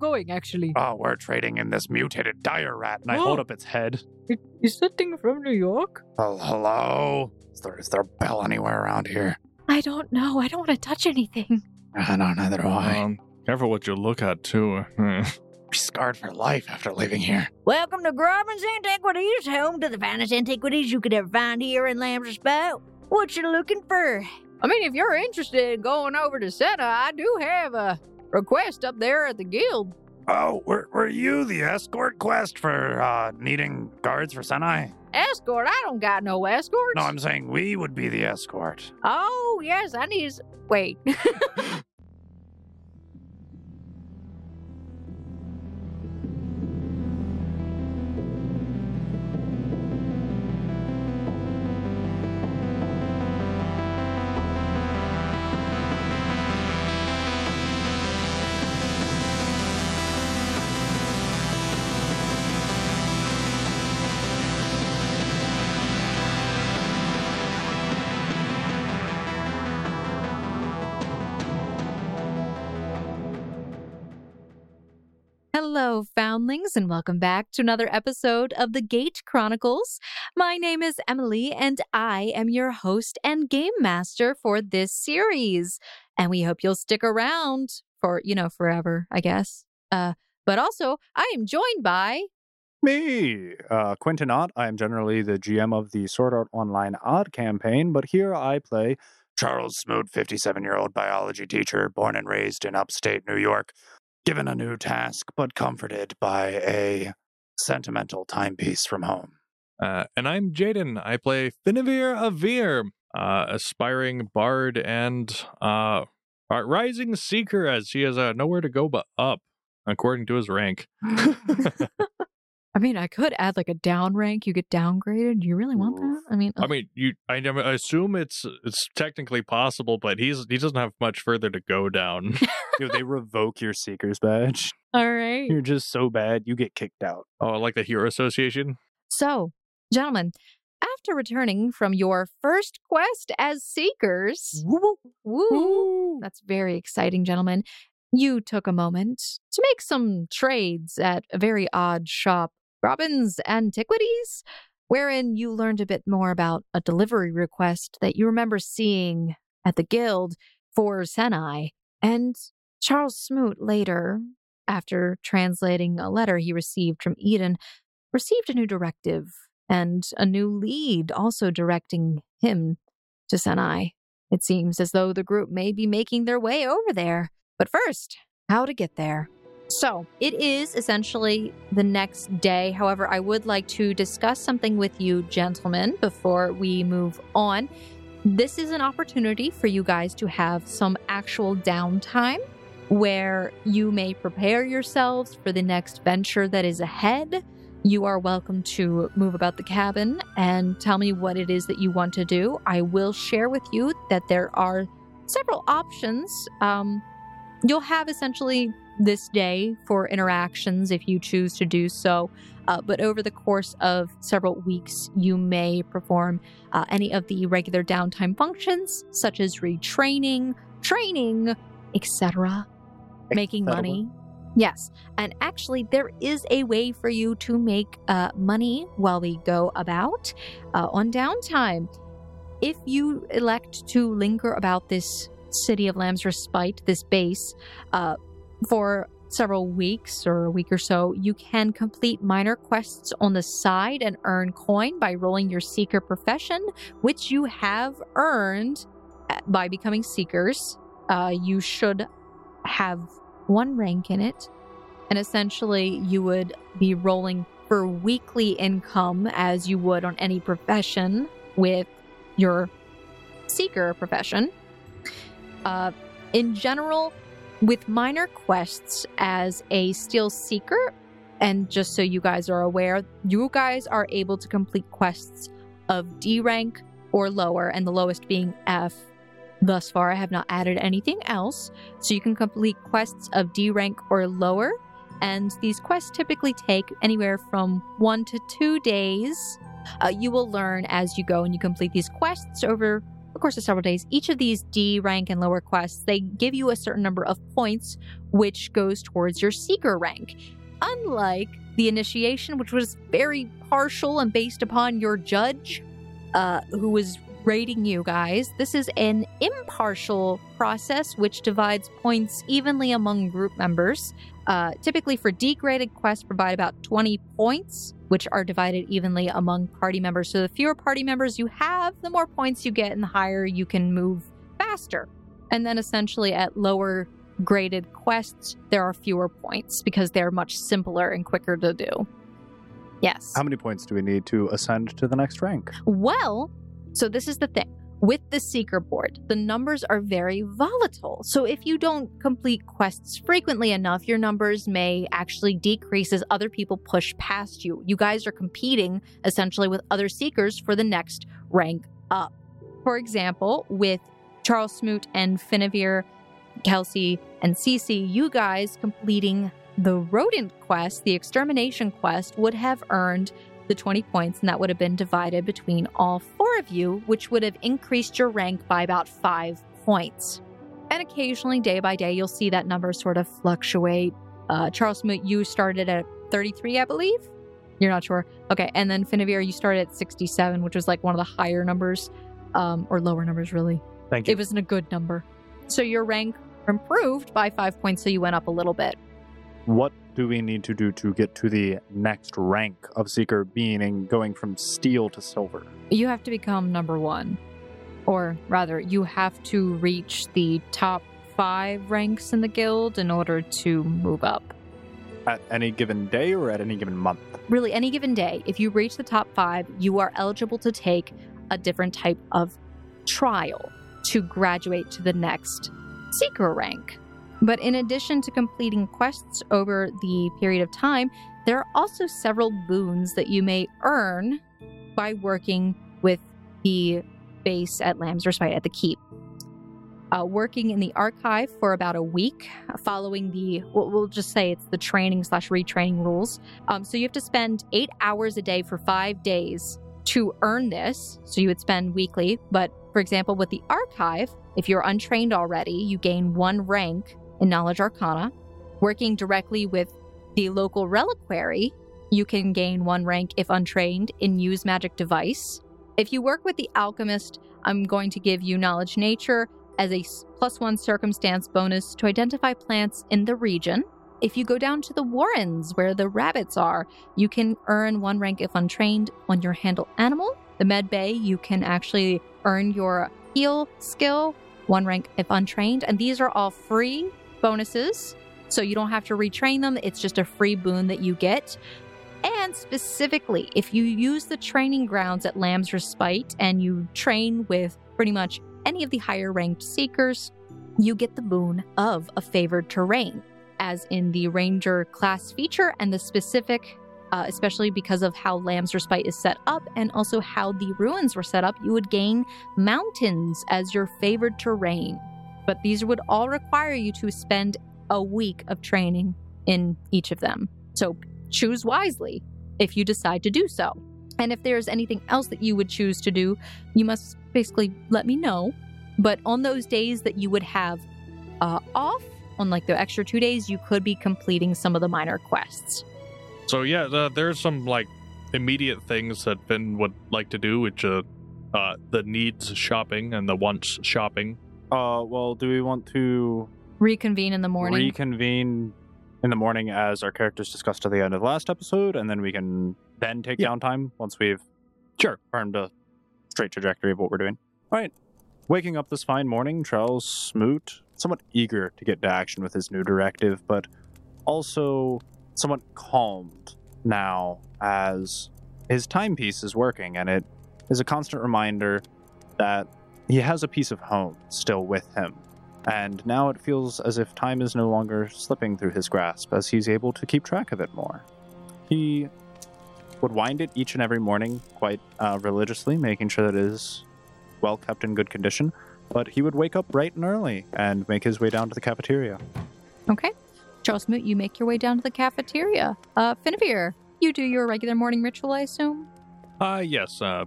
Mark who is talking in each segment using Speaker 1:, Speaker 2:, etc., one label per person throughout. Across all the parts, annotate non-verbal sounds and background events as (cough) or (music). Speaker 1: going, actually?
Speaker 2: Uh,
Speaker 3: Oh, we're trading in this mutated dire rat.
Speaker 4: And I hold up its head.
Speaker 1: It, is that thing from New York?
Speaker 3: Oh, hello? Is there, is there a bell anywhere around here?
Speaker 5: I don't know. I don't want to touch
Speaker 6: Hmm.
Speaker 5: anything.
Speaker 3: I don't know neither do I.
Speaker 4: Um, careful what you look at, too. (laughs) Hmm.
Speaker 3: Be scarred for life after leaving here.
Speaker 6: Welcome to Grubbin's Antiquities, home to the finest antiquities you could ever find here in Lamb's Spout. What you looking for?
Speaker 1: I mean, if you're interested in going over to Senna, I do have a request up there at the guild.
Speaker 3: Oh, were, were you the escort quest for uh, needing guards for Senai?
Speaker 1: Escort? I don't got no escorts.
Speaker 3: No, I'm saying we would be the escort.
Speaker 1: Oh, yes, I need. s- Wait.
Speaker 5: Hello, foundlings, and welcome back to another episode of the Gate Chronicles. My name is Emily, and I am your host and game master for this series. And we hope you'll stick around for, you know, forever, I guess. Uh, but also, I am joined by
Speaker 4: Me, uh, Quentin Ott. I am generally the GM of the Sword Art Online Odd campaign, but here I play.
Speaker 3: Charles Smoot, 57 year old biology teacher, born and raised in upstate New York, given a new task, but comforted by a sentimental timepiece from home.
Speaker 4: Uh, and I'm Jaden. I play Finavir Avir, uh, aspiring bard and uh, uh, rising seeker, as he has uh, nowhere to go but up, according to his rank.
Speaker 5: I mean, I could add like a down rank. You get downgraded. Do you really want that? I mean,
Speaker 4: I mean, you. I, I mean, I assume it's it's technically possible, but he's he doesn't have much further to go down.
Speaker 2: Dude, they revoke your seeker's badge.
Speaker 5: all right.
Speaker 2: You're just so bad, you get kicked out.
Speaker 4: oh, like the Hero Association.
Speaker 5: So, gentlemen, after returning from your first quest as seekers, woo, that's very exciting, gentlemen. You took a moment to make some trades at a very odd shop, Robin's Antiquities, wherein you learned a bit more about a delivery request that you remember seeing at the guild for Senai. And Charles Smoot later, after translating a letter he received from Eden, received a new directive and a new lead also directing him to Senai. It seems as though the group may be making their way over there. But first, how to get there. So, it is essentially the next day. However, I would like to discuss something with you, gentlemen, before we move on. This is an opportunity for you guys to have some actual downtime where you may prepare yourselves for the next venture that is ahead you are welcome to move about the cabin and tell me what it is that you want to do. I will share with you that there are several options. Um, you'll have essentially this day for interactions if you choose to do so, uh, but over the course of several weeks, you may perform uh, any of the regular downtime functions, such as retraining, training, etc., making
Speaker 2: cetera.
Speaker 5: money. Yes. And actually, there is a way for you to make uh, money while we go about uh, on downtime. If you elect to linger about this city of Lamb's Respite, this base, uh, for several weeks or a week or so, you can complete minor quests on the side and earn coin by rolling your seeker profession, which you have earned uh, by becoming seekers. Uh, you should have one rank in it. And essentially, you would be rolling for weekly income as you would on any profession with your seeker profession. Uh, in general, with minor quests as a steel seeker, and just so you guys are aware, you guys are able to complete quests of D rank or lower, and the lowest being F. Thus far, I have not added anything else so you can complete quests of D rank or lower. And these quests typically take anywhere from one to two days. Uh, you will learn as you go and you complete these quests over the course of several days, each of these D rank and lower quests, they give you a certain number of points, which goes towards your seeker rank. Unlike the initiation, which was very partial and based upon your judge, uh, who was rating you guys, this is an impartial process which divides points evenly among group members. Uh, typically, for D graded quests, provide about 20 points, which are divided evenly among party members. So, the fewer party members you have, the more points you get, and the higher you can move faster. And then, essentially, at lower graded quests, there are fewer points because they're much simpler and quicker to do. Yes.
Speaker 2: How many points do we need to ascend to the next rank?
Speaker 5: Well, so this is the thing. With the seeker board, the numbers are very volatile. So if you don't complete quests frequently enough, your numbers may actually decrease as other people push past you. You guys are competing essentially with other seekers for the next rank up. For example, with Charles Smoot and Finavir, Kelsey and Cece, you guys completing the rodent quest, the extermination quest, would have earned the 20 points, and that would have been divided between all four of you, which would have increased your rank by about five points. And occasionally, day by day, you'll see that number sort of fluctuate. Uh, Charles Smoot, you started at 33, I believe. You're not sure. Okay. And then Finavir, you started at 67, which was like one of the higher numbers, um, or lower numbers, really.
Speaker 2: Thank you.
Speaker 5: It wasn't a good number. So your rank improved by five points, so you went up a little bit.
Speaker 2: what do we need to do to get to the next rank of Seeker, meaning going from steel to silver?
Speaker 5: You have to become number one. Or rather, you have to reach the top five ranks in the guild in order to move up.
Speaker 2: At any given day or at any given month?
Speaker 5: Really, any given day, if you reach the top five, you are eligible to take a different type of trial to graduate to the next seeker rank. But in addition to completing quests over the period of time, there are also several boons that you may earn by working with the base at Lamb's Respite at the Keep. Uh, working in the archive for about a week, following the, what we'll just say it's the training slash retraining rules. Um, so you have to spend eight hours a day for five days to earn this. So you would spend weekly. But for example, with the archive, if you're untrained already, you gain one rank in Knowledge Arcana. Working directly with the local reliquary, you can gain one rank if untrained in Use Magic Device. If you work with the alchemist, I'm going to give you Knowledge Nature as a s- plus one circumstance bonus to identify plants in the region. If you go down to the warrens where the rabbits are, you can earn one rank if untrained on your handle animal. The med bay, you can actually earn your heal skill, one rank if untrained. And these are all free bonuses, so you don't have to retrain them. It's just a free boon that you get. And specifically, if you use the training grounds at Lamb's Respite and you train with pretty much any of the higher ranked seekers, you get the boon of a favored terrain, as in the ranger class feature and the specific uh, especially because of how Lamb's Respite is set up and also how the ruins were set up, you would gain mountains as your favored terrain. But these would all require you to spend a week of training in each of them. So choose wisely if you decide to do so. And if there's anything else that you would choose to do, you must basically let me know. But on those days that you would have uh, off, on like the extra two days, you could be completing some of the minor quests.
Speaker 4: So yeah, the, there's some like immediate things that Finn would like to do, which uh, uh, the needs shopping and the wants shopping.
Speaker 2: Uh, well, do we want to
Speaker 5: Reconvene in the morning.
Speaker 2: reconvene in the morning as our characters discussed at the end of the last episode, and then we can then take
Speaker 4: Yeah.
Speaker 2: downtime once we've sure firmed a straight trajectory of what we're doing. All right. Waking up this fine morning, Charles Smoot, somewhat eager to get to action with his new directive, but also somewhat calmed now as his timepiece is working, and it is a constant reminder that he has a piece of home still with him. And now it feels as if time is no longer slipping through his grasp as he's able to keep track of it more. He would wind it each and every morning quite uh, religiously, making sure that it is well kept in good condition. But he would wake up bright and early and make his way down to the cafeteria.
Speaker 5: Okay. Charles Moot, you make your way down to the cafeteria. Uh, Finavir, you do your regular morning ritual, I assume?
Speaker 4: Uh yes, uh,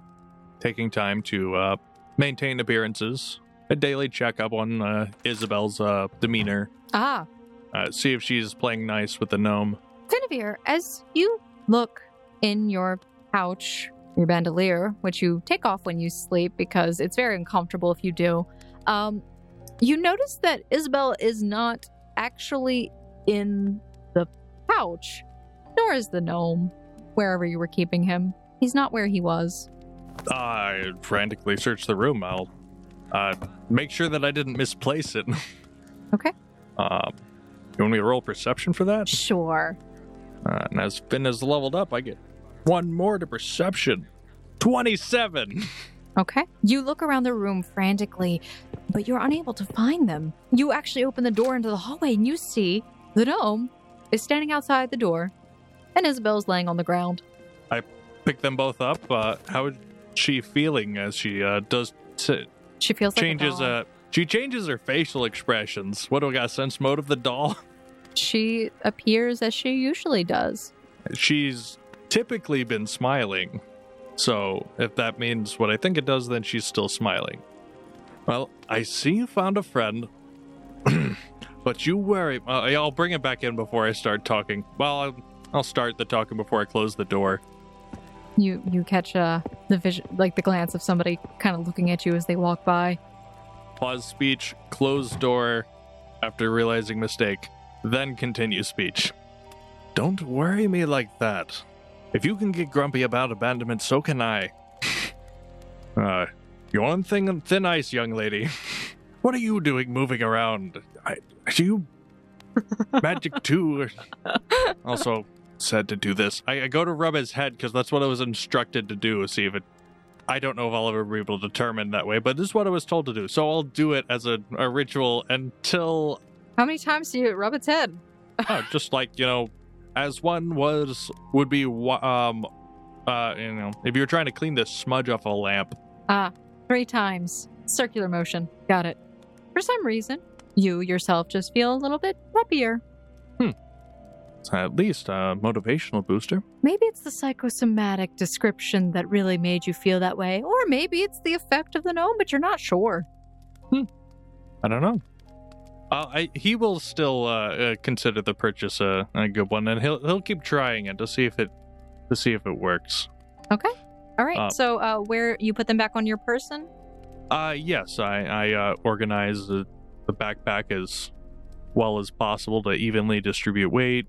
Speaker 4: taking time to uh, maintain appearances, a daily checkup on uh, Isabel's uh, demeanor,
Speaker 5: Ah,
Speaker 4: uh, see if she's playing nice with the gnome.
Speaker 5: Guinevere, as you look in your pouch, your bandolier, which you take off when you sleep because it's very uncomfortable if you do, um, you notice that Isabel is not actually in the pouch, nor is the gnome wherever you were keeping him. He's not where he was.
Speaker 4: I frantically search the room. I'll uh, make sure that I didn't misplace it. (laughs)
Speaker 5: Okay.
Speaker 4: Uh, you want me to roll perception for that?
Speaker 5: Sure.
Speaker 4: Uh, and as Finn is leveled up, I get one more to perception. (laughs) 27!
Speaker 5: Okay. You look around the room frantically, but you're unable to find them. You actually open the door into the hallway and you see the gnome is standing outside the door and Isabel's laying on the ground.
Speaker 4: Pick them both up. Uh, how is she feeling as she uh, does t-
Speaker 5: She feels like
Speaker 4: changes?
Speaker 5: a doll.
Speaker 4: Uh, she changes her facial expressions. What do I got? Sense mode of the doll. (laughs)
Speaker 5: She appears as she usually does.
Speaker 4: She's typically been smiling, so if that means what I think it does, then she's still smiling. Well, I see you found a friend, (clears throat) but you worry. Uh, yeah, I'll bring it back in before I start talking. Well, I'll, I'll start the talking before I close the door.
Speaker 5: You you catch uh, the vision, like the glance of somebody kind of looking at you as they walk by.
Speaker 4: pause speech, close door after realizing mistake, then continue speech. Don't worry me like that. If you can get grumpy about abandonment, so can I. (laughs) uh, you're on thing on thin ice, young lady. (laughs) what are you doing moving around? I, are you magic too? also said to do this. I, I go to rub his head because that's what I was instructed to do. See if it I don't know if I'll ever be able to determine that way, but this is what I was told to do. So I'll do it as a, a ritual until,
Speaker 5: How many times do you rub its head?
Speaker 4: oh, just like, you know, as one was, would be, wa- um, uh, you know, if you're trying to clean the smudge off a lamp.
Speaker 5: Three times. Circular motion. Got it. For some reason, you yourself just feel a little bit peppier.
Speaker 4: It's at least a motivational booster.
Speaker 5: Maybe it's the psychosomatic description that really made you feel that way, or maybe it's the effect of the gnome, but you're not sure.
Speaker 4: I don't know. Uh, I, he will still uh, uh, consider the purchase a, a good one, and he'll he'll keep trying it to see if it to see if it works.
Speaker 5: All right,
Speaker 4: Uh,
Speaker 5: so uh, where you put them back on your person?
Speaker 4: Uh, yes, I, I uh, organize the, the backpack as well as possible to evenly distribute weight.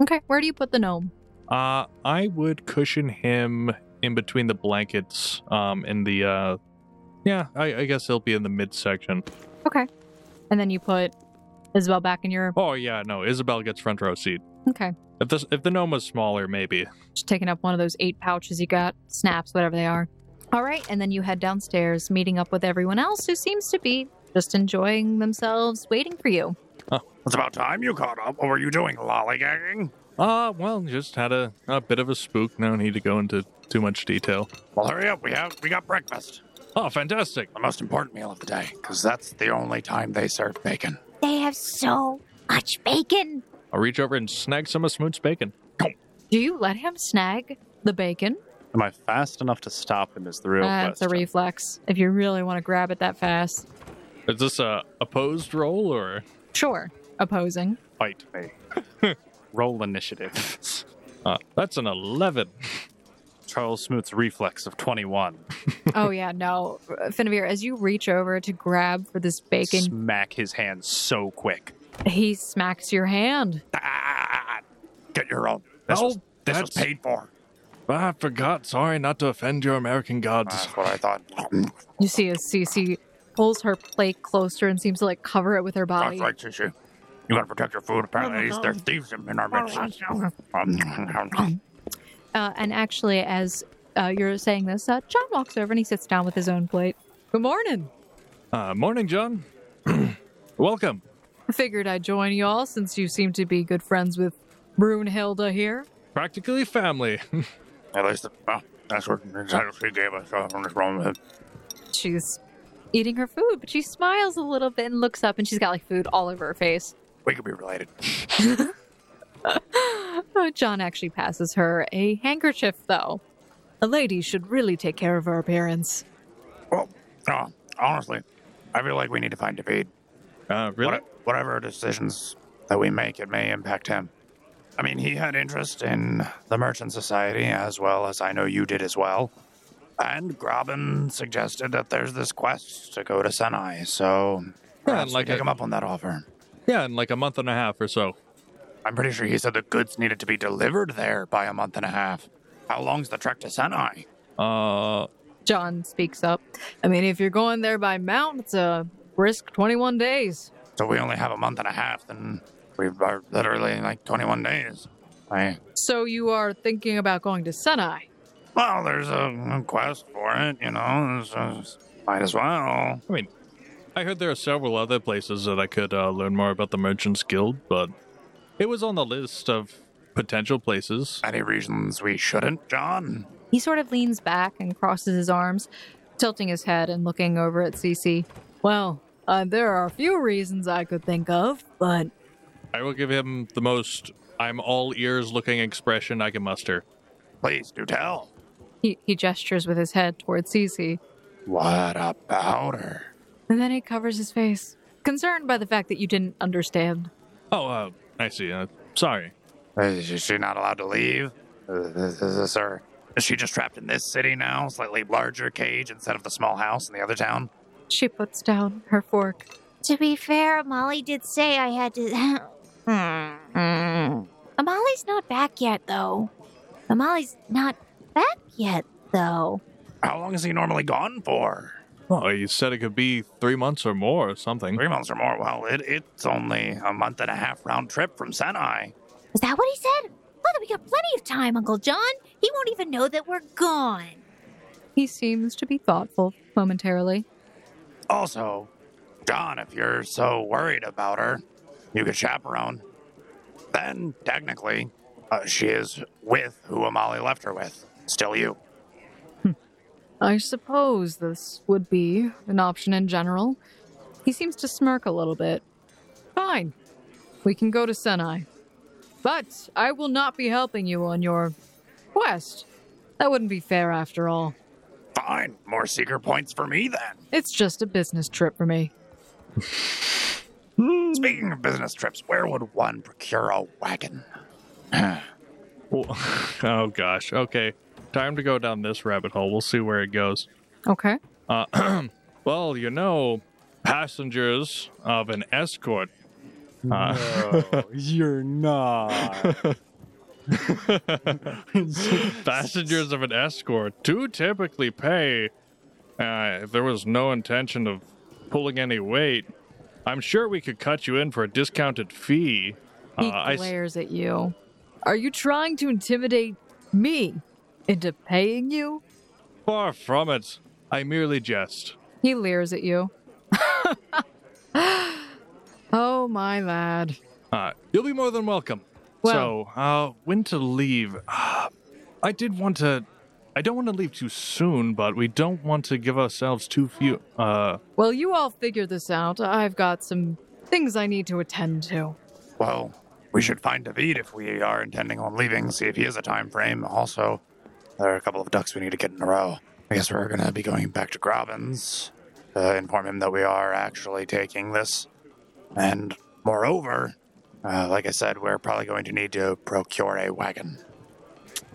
Speaker 5: Okay, where do you put the gnome?
Speaker 4: Uh, I would cushion him in between the blankets. Um, in the uh, yeah, I, I guess he'll be in the midsection.
Speaker 5: And then you put Isabel back in your.
Speaker 4: Oh yeah, no, Isabel gets front row seat.
Speaker 5: Okay,
Speaker 4: If this if the gnome was smaller, maybe.
Speaker 5: just taking up one of those eight pouches you got, snaps, whatever they are. All right, and then you head downstairs, meeting up with everyone else who seems to be just enjoying themselves, waiting for you.
Speaker 3: It's about time you caught up. What were you doing, lollygagging?
Speaker 4: Uh, well, just had a, a bit of a spook. No need to go into too much detail.
Speaker 3: Well, hurry up. We have we got breakfast,
Speaker 4: Oh, fantastic!
Speaker 3: the most important meal of the day, because that's the only time they serve bacon.
Speaker 6: They have so much bacon.
Speaker 4: I'll reach over and snag some of Smoot's bacon.
Speaker 5: Do you let him snag the bacon?
Speaker 2: Am I fast enough to stop him? Is the real
Speaker 5: That's a
Speaker 2: question.
Speaker 5: reflex. If you really want to grab it that fast.
Speaker 4: Is this a opposed roll or?
Speaker 5: Sure. (laughs) Opposing.
Speaker 2: Fight me. (laughs) Roll initiative. (laughs)
Speaker 4: Uh, that's an 11.
Speaker 2: Charles Smoot's reflex of 21.
Speaker 5: oh, yeah, no. Finavir, as you reach over to grab for this bacon,
Speaker 2: Smack his hand so quick.
Speaker 5: he smacks your hand.
Speaker 3: Ah, get your own. This,
Speaker 4: Oh,
Speaker 3: was, this was
Speaker 4: that's-
Speaker 3: paid for.
Speaker 4: Ah, I forgot. Sorry not to offend your American gods.
Speaker 3: That's what I thought.
Speaker 5: You see as Cece pulls her plate closer and seems to like cover it with her
Speaker 3: That's
Speaker 5: body.
Speaker 3: right, Shishu. You gotta protect your food. Apparently,
Speaker 2: Oh,
Speaker 3: these- there's thieves in our midst. Um,
Speaker 5: Uh, and actually, as uh, you're saying this, uh, John walks over and he sits down with his own plate. Good morning.
Speaker 4: Uh, morning, John. (clears throat) Welcome.
Speaker 5: Figured I'd join y'all since you seem to be good friends with Brunhilda here.
Speaker 4: Practically family. (laughs)
Speaker 3: At least, well, that's what the title she gave us. So I'm just rolling with it.
Speaker 5: She's eating her food, but she smiles a little bit and looks up, and she's got like food all over her face.
Speaker 3: We could be related.
Speaker 5: Uh, John actually passes her a handkerchief, though. A lady should really take care of her appearance.
Speaker 3: Well, Oh, honestly, I feel like we need to find David.
Speaker 4: Uh, really?
Speaker 3: What, whatever decisions that we make, it may impact him. I mean, he had interest in the Merchant Society, as well as I know you did as well. And Graben suggested that there's this quest to go to Senai, so perhaps
Speaker 4: like
Speaker 3: we take
Speaker 4: a-
Speaker 3: him up on that offer.
Speaker 4: Yeah, in like a month and a half or so.
Speaker 3: I'm pretty sure he said the goods needed to be delivered there by a month and a half. How long's the trek to Senai?
Speaker 4: Uh,
Speaker 5: John speaks up. I mean, if you're going there by mount, it's a brisk 21 days.
Speaker 3: So we only have a month and a half, then we are literally in like 21 days. I,
Speaker 5: So you are thinking about going to Senai.
Speaker 3: well, there's a a quest for it, you know, so might as well.
Speaker 4: I heard there are several other places that I could uh, learn more about the Merchants Guild, but it was on the list of potential places.
Speaker 3: Any reasons we shouldn't, John?
Speaker 5: He sort of leans back and crosses his arms, tilting his head and looking over at Cece. Well, uh, there are a few reasons I could think of, but
Speaker 4: I will give him the most I'm all ears looking expression I can muster.
Speaker 3: Please do tell.
Speaker 5: he, he gestures with his head towards Cece.
Speaker 3: What about her?
Speaker 5: And then he covers his face, concerned by the fact that you didn't understand.
Speaker 4: Oh, uh, I see. Uh, sorry.
Speaker 3: Is is she not allowed to leave? (laughs) Is this- is this her? Is she just trapped in this city now? Slightly larger cage instead of the small house in the other town?
Speaker 5: She puts down her fork.
Speaker 6: To be fair, Molly did say I had to. (laughs) Hmm. Amali's not back yet, though. Amali's not back yet, though.
Speaker 3: How long is he normally gone for?
Speaker 4: Well, you said it could be three months or more or something.
Speaker 3: Three months or more. Well, it, it's only a month and a half round trip from Senai.
Speaker 6: Is that what he said? Well, then we got plenty of time, Uncle John. He won't even know that we're gone.
Speaker 5: He seems to be thoughtful momentarily.
Speaker 3: Also, John, if you're so worried about her, you could chaperone. Then, technically, uh, she is with who Amali left her with. Still you.
Speaker 5: I suppose this would be an option in general. He seems to smirk a little bit. Fine. We can go to Senai. But I will not be helping you on your quest. That wouldn't be fair after all.
Speaker 3: Fine. More seeker points for me then.
Speaker 5: It's just a business trip for me.
Speaker 3: Speaking of business trips, where would one procure a wagon?
Speaker 4: Well, (laughs) oh gosh. Okay. Time to go down this rabbit hole. We'll see where it goes.
Speaker 5: Okay.
Speaker 4: Uh, well, you know, passengers of an escort. Uh,
Speaker 2: No, you're not.
Speaker 4: passengers of an escort do typically pay. Uh, if there was no intention of pulling any weight, I'm sure we could cut you in for a discounted fee. Uh,
Speaker 5: He
Speaker 4: I s-
Speaker 5: glares at you. Are you trying to intimidate me into paying you?
Speaker 4: far from it. I merely jest.
Speaker 5: He leers at you. (laughs) oh, my lad.
Speaker 4: Uh, you'll be more than welcome.
Speaker 5: Well-
Speaker 4: so, uh, when to leave? Uh, I did want to. I don't want to leave too soon, but we don't want to give ourselves too few. Uh,
Speaker 5: Well, you all figure this out. I've got some things I need to attend to.
Speaker 3: Well, we should find David if we are intending on leaving, see if he has a time frame. Also, there are a couple of ducks we need to get in a row. I guess we're going to be going back to Grobbins to inform him that we are actually taking this. And moreover, uh, like I said, we're probably going to need to procure a wagon.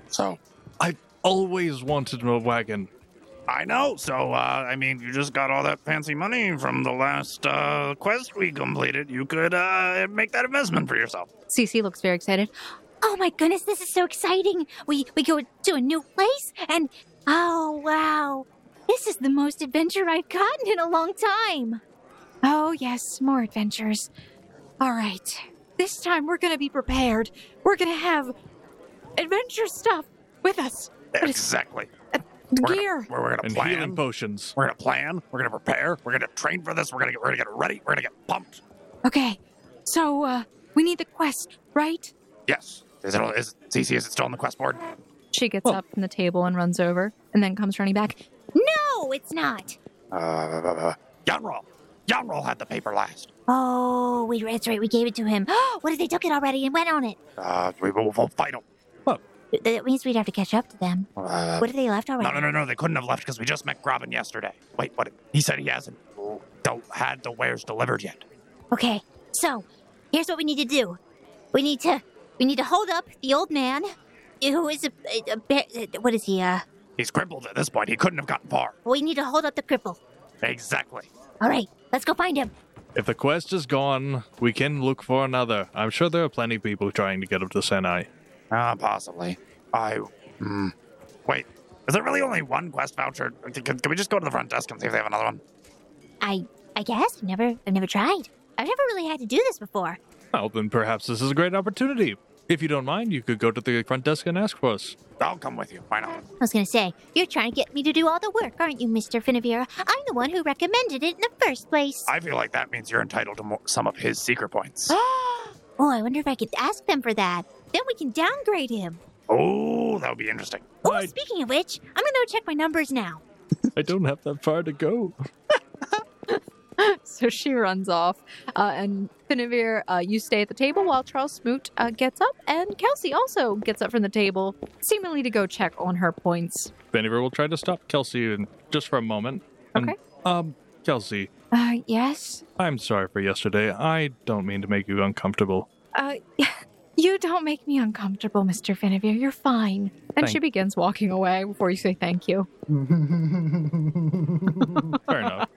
Speaker 3: So,
Speaker 4: I've always wanted a wagon.
Speaker 3: I know. So, uh, I mean, you just got all that fancy money from the last uh, quest we completed. You could uh, make that investment for yourself.
Speaker 5: Cece looks very excited.
Speaker 6: Oh my goodness, this is so exciting. We we go to a new place and oh wow. This is the most adventure I've gotten in a long time. Oh yes, more adventures. All right. This time we're going to be prepared. We're going to have adventure stuff with us.
Speaker 3: Exactly. We're
Speaker 6: Gear.
Speaker 3: Gonna, we're gonna
Speaker 4: and
Speaker 3: plan.
Speaker 4: healing potions.
Speaker 3: We're gonna plan. We're gonna prepare. We're gonna train for this. We're gonna get. We're gonna get ready. We're gonna get pumped.
Speaker 6: Okay. So uh we need the quest, right?
Speaker 3: Yes. Is it? Is CC? Is it still on the quest board?
Speaker 5: She gets up from the table and runs over, and then comes running back. (laughs)
Speaker 6: No, it's not.
Speaker 3: Uh, Yanrol. Yanrol had the paper last.
Speaker 6: Oh, we (gasps) that's right. We gave it to him. what if they took it already and went on it?
Speaker 3: Uh, we will we'll fight him.
Speaker 6: Th- That means we'd have to catch up to them.
Speaker 3: Uh,
Speaker 6: What if they left already?
Speaker 3: no, no, no, no. They couldn't have left because we just met Grobbin yesterday. Wait, what? He said he hasn't. Don't had the wares delivered yet.
Speaker 6: Okay, so here's what we need to do. We need to we need to hold up the old man, who is a, a, a bear, what is he? Uh,
Speaker 3: He's crippled at this point. He couldn't have gotten far.
Speaker 6: we need to hold up the cripple.
Speaker 3: Exactly.
Speaker 6: All right, let's go find him.
Speaker 4: If the quest is gone, we can look for another. I'm sure there are plenty of people trying to get up to Senai.
Speaker 3: Ah, possibly. I. Hmm. Wait. Is there really only one quest voucher? Can, can we just go to the front desk and see if they have another one?
Speaker 6: I I guess I've never I've never tried. I've never really had to do this before.
Speaker 4: Well, then perhaps this is a great opportunity. If you don't mind, you could go to the front desk and ask for us.
Speaker 3: I'll come with you. Why not?
Speaker 6: I was gonna say you're trying to get me to do all the work, aren't you, Mister Finavira? I'm the one who recommended it in the first place.
Speaker 3: I feel like that means you're entitled to mo some of his secret points.
Speaker 6: oh, I wonder if I could ask them for that. Then we can downgrade him.
Speaker 3: oh, that would be interesting.
Speaker 6: Oh,
Speaker 4: I-
Speaker 6: speaking of which, I'm gonna go check my numbers now.
Speaker 4: I don't have that far to go.
Speaker 5: So she runs off, uh, and Finavir, uh, you stay at the table while Charles Smoot uh, gets up, and Kelsey also gets up from the table, seemingly to go check on her points.
Speaker 4: Vannevar will try to stop Kelsey in just for a moment. And,
Speaker 5: Okay.
Speaker 4: Um, Kelsey,
Speaker 5: Uh, yes.
Speaker 4: I'm sorry for yesterday. I don't mean to make you uncomfortable.
Speaker 5: Uh, (laughs) you don't make me uncomfortable, Mr. Finavir. You're fine. And she
Speaker 4: Thank-
Speaker 5: begins walking away before you say thank you.
Speaker 4: Fair enough.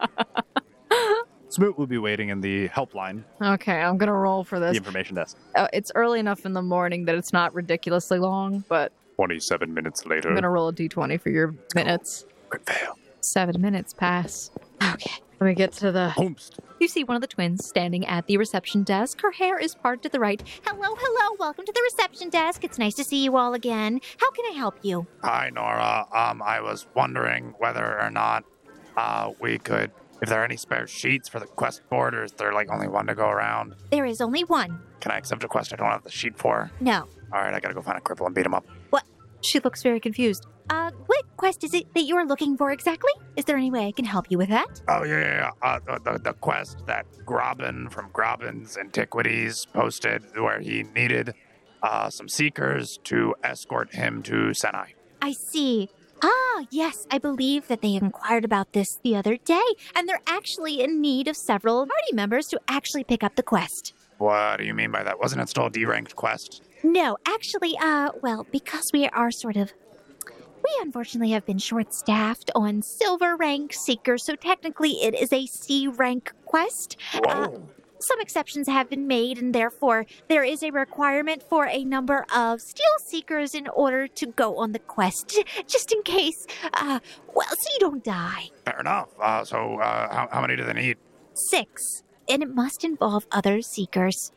Speaker 2: Smoot will be waiting in the helpline,
Speaker 5: Okay, I'm gonna roll for
Speaker 2: the
Speaker 5: this.
Speaker 2: information desk.
Speaker 5: Uh, it's early enough in the morning that it's not ridiculously long, but
Speaker 2: 27 minutes later.
Speaker 5: I'm gonna roll a d20 for your minutes.
Speaker 3: Crit fail.
Speaker 5: Seven minutes pass. Okay, let me get to the
Speaker 3: Homest.
Speaker 5: You see one of the twins standing at the reception desk. Her hair is parted to the right.
Speaker 6: Hello, hello. Welcome to the reception desk. It's nice to see you all again. How can I help you?
Speaker 3: Hi, Nora. Um, I was wondering whether or not uh, we could, if there are any spare sheets for the quest board, or is there like only one to go around?
Speaker 6: There is only one.
Speaker 3: Can I accept a quest I don't have the sheet for?
Speaker 6: No.
Speaker 3: All right, I gotta go find a cripple and beat him up.
Speaker 5: She looks very confused.
Speaker 6: Uh, what quest is it that you're looking for exactly? Is there any way I can help you with that?
Speaker 3: Oh yeah, yeah, yeah. Uh, the, the the quest that Grobbin from Grobbin's Antiquities posted, where he needed uh, some seekers to escort him to Senai.
Speaker 6: I see. Ah, yes, I believe that they inquired about this the other day, and they're actually in need of several party members to actually pick up the quest.
Speaker 3: What do you mean by that? Wasn't it still a deranked quest?
Speaker 6: No, actually, uh, well, because we are sort of. We unfortunately have been short staffed on silver rank seekers, so technically it is a C rank quest. Uh,
Speaker 3: Whoa!
Speaker 6: Some exceptions have been made, and therefore there is a requirement for a number of steel seekers in order to go on the quest, (laughs) j- just in case. Uh, well, so you don't die.
Speaker 3: Fair enough. Uh, so uh, how how many do they need?
Speaker 6: Six, and it must involve other seekers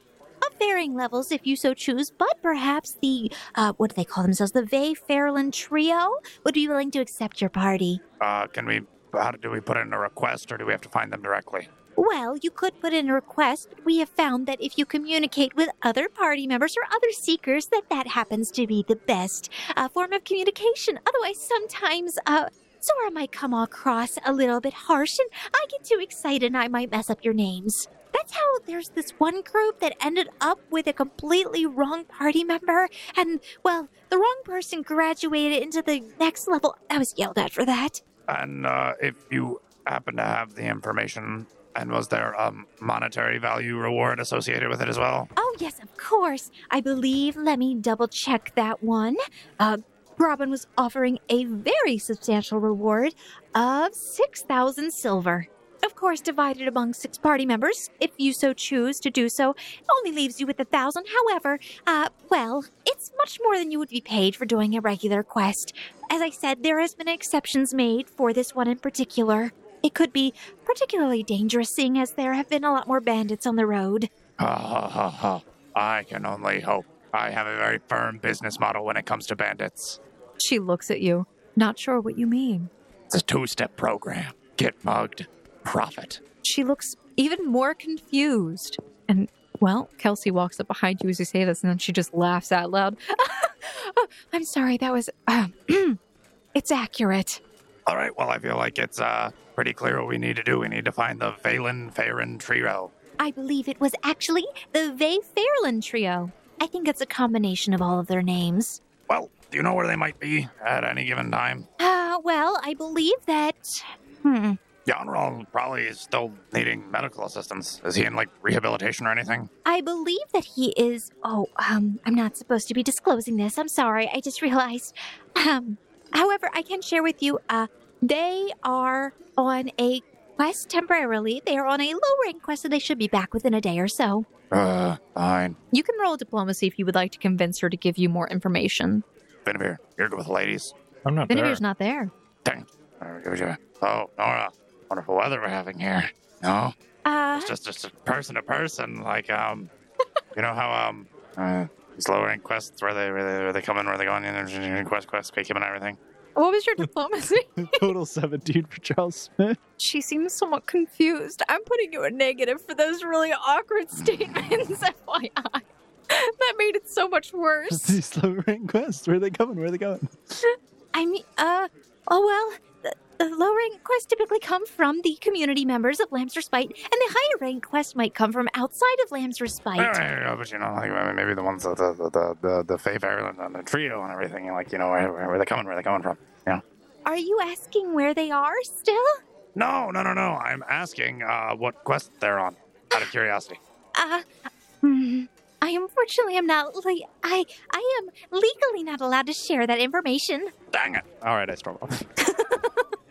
Speaker 6: of varying levels, if you so choose. But perhaps the uh, what do they call themselves? The Vey Fairland Trio would be willing to accept your party.
Speaker 3: Uh, can we? How do we put in a request, or do we have to find them directly?
Speaker 6: Well, you could put in a request, but we have found that if you communicate with other party members or other seekers, that that happens to be the best uh, form of communication. Otherwise, sometimes uh, Zora might come across a little bit harsh, and I get too excited and I might mess up your names. That's how there's this one group that ended up with a completely wrong party member, and well, the wrong person graduated into the next level. I was yelled at for that.
Speaker 3: And uh, if you happen to have the information, and was there um, monetary value reward associated with it as well?
Speaker 6: Oh, yes, of course. I believe, let me double check that one. Uh, Robin was offering a very substantial reward of 6,000 silver. Of course, divided among six party members, if you so choose to do so, it only leaves you with a thousand. However, uh, well, it's much more than you would be paid for doing a regular quest. As I said, there has been exceptions made for this one in particular. It could be particularly dangerous, seeing as there have been a lot more bandits on the road.
Speaker 3: Ha ha ha ha. I can only hope. I have a very firm business model when it comes to bandits.
Speaker 5: She looks at you, not sure what you mean.
Speaker 3: It's a two step program get mugged, profit.
Speaker 5: She looks even more confused. And, well, Kelsey walks up behind you as you say this, and then she just laughs out loud. Oh, I'm sorry, that was. Um, (clears throat) it's accurate.
Speaker 3: All right, well, I feel like it's uh, pretty clear what we need to do. We need to find the Valen Farin Trio.
Speaker 6: I believe it was actually the Vey Fairland Trio. I think it's a combination of all of their names.
Speaker 3: Well, Do you know where they might be at any given time?
Speaker 6: Uh, well, I believe that. Hmm.
Speaker 3: Yonral probably is still needing medical assistance. Is he in like rehabilitation or anything?
Speaker 6: I believe that he is. Oh, um, I'm not supposed to be disclosing this. I'm sorry. I just realized. Um, however, I can share with you. Uh, they are on a quest temporarily. They are on a low rank quest, so they should be back within a day or so.
Speaker 3: Uh, fine.
Speaker 5: You can roll diplomacy if you would like to convince her to give you more information.
Speaker 3: Benavir, you're good with the ladies.
Speaker 4: I'm not there.
Speaker 5: Vinivir's not there.
Speaker 3: Dang. Uh, give it to- Oh, Nora, wonderful weather we're having here. No,
Speaker 6: Uh,
Speaker 3: it's just just person to person. Like um, you know how um, uh, these lower rank quests where they where they, where they come in, where they go in, quest quest, pick him and everything.
Speaker 5: What was your (laughs) diplomacy?
Speaker 2: Total 17 for Charles Smith.
Speaker 5: she seems somewhat confused. I'm putting (laughs) you a negative for those really awkward statements, (laughs) FYI. That made it so much
Speaker 2: (laughs)
Speaker 5: worse.
Speaker 2: These low rank quests. Where are they going? Where are they going?
Speaker 6: I mean, uh, oh well, the, the low rank quests typically come from the community members of Lamb's Respite, and the higher rank quests might come from outside of Lamb's Respite.
Speaker 3: Right, right, right, but you know, like maybe- maybe the ones that the the the the, the Fae Ireland and the trio and everything. and, Like you know, where, where they coming, where they coming from.
Speaker 6: Are you asking where they are still?
Speaker 3: No, no, no, no. I'm asking uh, what quest they're on, out of curiosity.
Speaker 6: Uh, hmm, I unfortunately am not. Le- I I am legally not allowed to share that information.
Speaker 3: Dang it!
Speaker 2: All right, I storm off. (laughs)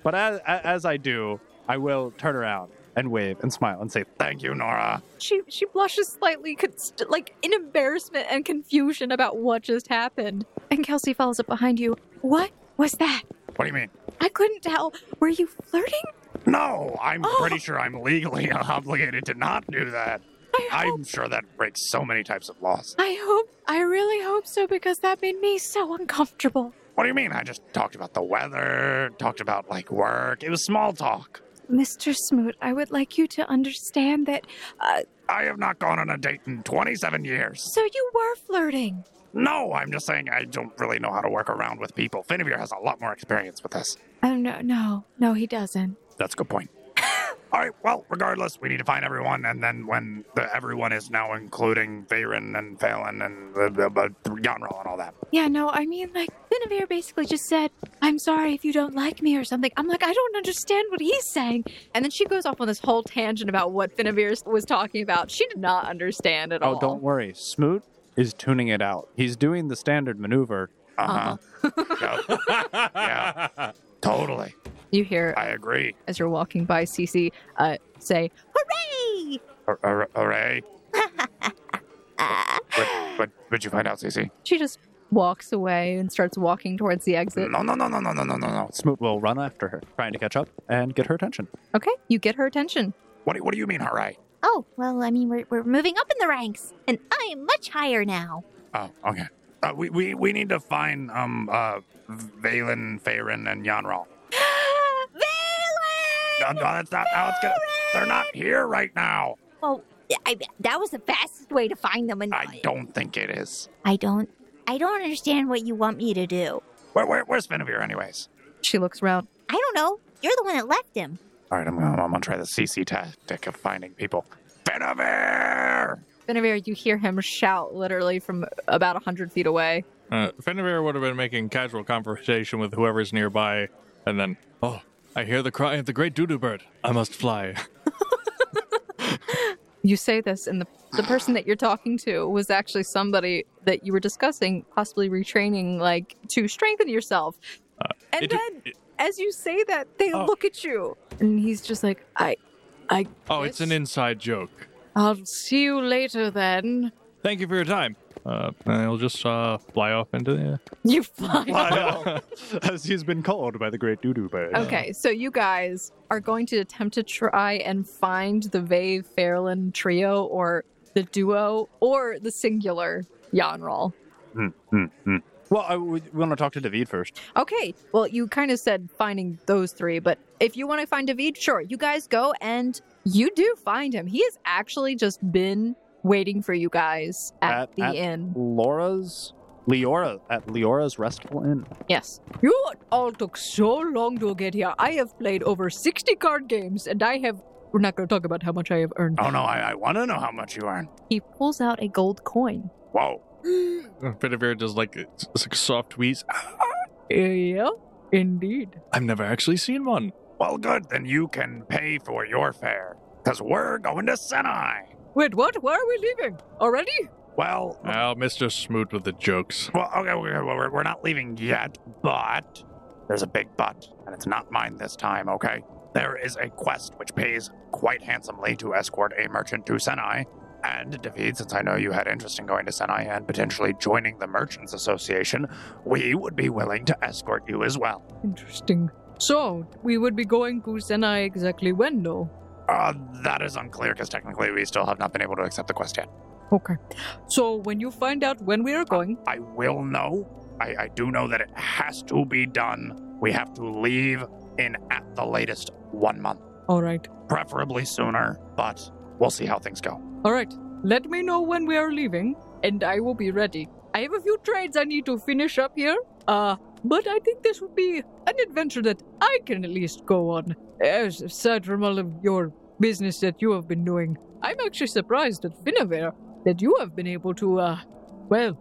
Speaker 2: but as, as I do, I will turn around and wave and smile and say,
Speaker 3: Thank you, Nora.
Speaker 5: She she blushes slightly, con- st- like in embarrassment and confusion about what just happened. And Kelsey follows up behind you. What was that?
Speaker 3: What do you mean?
Speaker 5: I couldn't tell. Were you flirting?
Speaker 3: No, I'm
Speaker 5: Oh.
Speaker 3: pretty sure I'm legally (laughs) obligated to not do that.
Speaker 5: I hope,
Speaker 3: I'm sure that breaks so many types of laws.
Speaker 5: I hope, I really hope so because that made me so uncomfortable.
Speaker 3: What do you mean? I just talked about the weather, talked about like work. It was small talk.
Speaker 5: Mr. Smoot, I would like you to understand that. Uh,
Speaker 3: I have not gone on a date in 27 years.
Speaker 5: so you were flirting.
Speaker 3: No, I'm just saying I don't really know how to work around with people. Finnevier has a lot more experience with this.
Speaker 5: Oh no, no, no, he doesn't.
Speaker 3: That's a good point. All right, well, regardless, we need to find everyone, and then when the everyone is now including Varen and Phelan and the, the, the, Yonrel and all that.
Speaker 5: Yeah, no, I mean, like, Guinevere basically just said, I'm sorry if you don't like me or something. I'm like, I don't understand what he's saying. And then she goes off on this whole tangent about what Guinevere was talking about. She did not understand at
Speaker 2: Oh, don't worry. Smoot is tuning it out. He's doing the standard maneuver.
Speaker 3: Uh huh. yeah. Totally.
Speaker 5: You hear,
Speaker 3: I agree.
Speaker 5: as you're walking by, Cece uh, say,
Speaker 6: Hey,
Speaker 3: Ar- ar- Array. what, what did you find out, Cece?
Speaker 5: she just walks away and starts walking towards the exit.
Speaker 3: No, no, no, no, no, no, no, no, no.
Speaker 2: Smoot will run after her, trying to catch up and get her attention. (laughs)
Speaker 5: Okay, you get her attention.
Speaker 3: What do, what do you mean, Array?
Speaker 6: Oh well, I mean we're we're moving up in the ranks, and I am much higher (gasps) now.
Speaker 3: Oh, okay. Uh, we, we, we need to find um uh Valen, Farin, and Yanral.
Speaker 6: Valen!
Speaker 3: No, no, that's not how it's gonna. They're not here right now.
Speaker 6: Well, I, that was the fastest way to find them, and
Speaker 3: I don't think it is.
Speaker 6: I don't. I don't understand what you want me to do.
Speaker 3: Where, where, where's Benavir, anyways?
Speaker 5: She looks around.
Speaker 6: I don't know. You're the one that left him.
Speaker 3: All right, I'm gonna, I'm gonna try the CC tactic of finding people. Benavir!
Speaker 5: Guinevere, you hear him shout literally from about 100 feet away.
Speaker 4: Uh, Fenivere would have been making casual conversation with whoever's nearby, and then, oh, I hear the cry of the great doodoo bird. I must fly. (laughs)
Speaker 5: You say this, and the, the person that you're talking to was actually somebody that you were discussing, possibly retraining, like to strengthen yourself. and
Speaker 4: Uh, it-
Speaker 5: then, as you say that, they
Speaker 4: Oh.
Speaker 5: look at you, and he's just like, "I, I,
Speaker 4: Oh, it's an inside joke.
Speaker 5: I'll see you later." Then
Speaker 4: Thank you for your time. Uh, and he'll just uh, fly off into the.
Speaker 5: you (laughs) fly.
Speaker 2: As he's been called by the great doo doo bird.
Speaker 5: Okay, so you guys are going to attempt to try and find the Vave Fairland trio, or the duo, or the singular Yanrol.
Speaker 2: Well, I, we, we want to talk to David first.
Speaker 5: Okay. Well, you kind of said finding those three, but if you want to find David, sure. You guys go and you do find him. He has actually just been waiting for you guys at,
Speaker 2: At-
Speaker 5: the
Speaker 2: at-
Speaker 5: inn.
Speaker 2: Laura's. Leora at Leora's Restful Inn.
Speaker 5: Yes. You all took so long to get here. I have played over 60 card games and I have. We're not going to talk about how much I have earned.
Speaker 3: Oh no, I, I want to know how much you earn.
Speaker 5: He pulls out a gold coin.
Speaker 3: Whoa,
Speaker 4: Bedivere uh, does like, s- s- like soft wheeze.
Speaker 5: Uh,
Speaker 7: Yeah, indeed.
Speaker 4: I've never actually seen one.
Speaker 3: Well, good. Then you can pay for your fare. Because we're going to Senai.
Speaker 7: Wait, what? Why are we leaving? Already?
Speaker 3: Well,
Speaker 4: Oh, Mr. Smoot with the jokes.
Speaker 3: well okay, we're, we're, we're not leaving yet, but there's a big but, and it's not mine this time, okay? There is a quest which pays quite handsomely to escort a merchant to Senai. And, David, since I know you had interest in going to Senai and potentially joining the Merchants Association, we would be willing to escort you as well.
Speaker 7: Interesting. So, we would be going to Senai exactly when, though?
Speaker 3: Uh, that is unclear because technically we still have not been able to accept the quest yet.
Speaker 7: Okay. So, when you find out when we are going,
Speaker 3: I will know. I, I do know that it has to be done. We have to leave in at the latest one month,
Speaker 7: all right.
Speaker 3: preferably sooner, but we'll see how things go.
Speaker 7: All right. Let me know when we are leaving, and I will be ready. I have a few trades I need to finish up here. Uh, but I think this would be an adventure that I can at least go on. As aside from all of your business that you have been doing, I'm actually surprised at Finavere that you have been able to. Uh, well,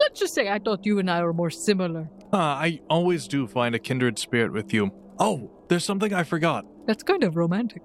Speaker 7: let's just say I thought you and I were more similar.
Speaker 4: Uh, I always do find a kindred spirit with you. Oh, there's something I forgot.
Speaker 7: That's kind of romantic.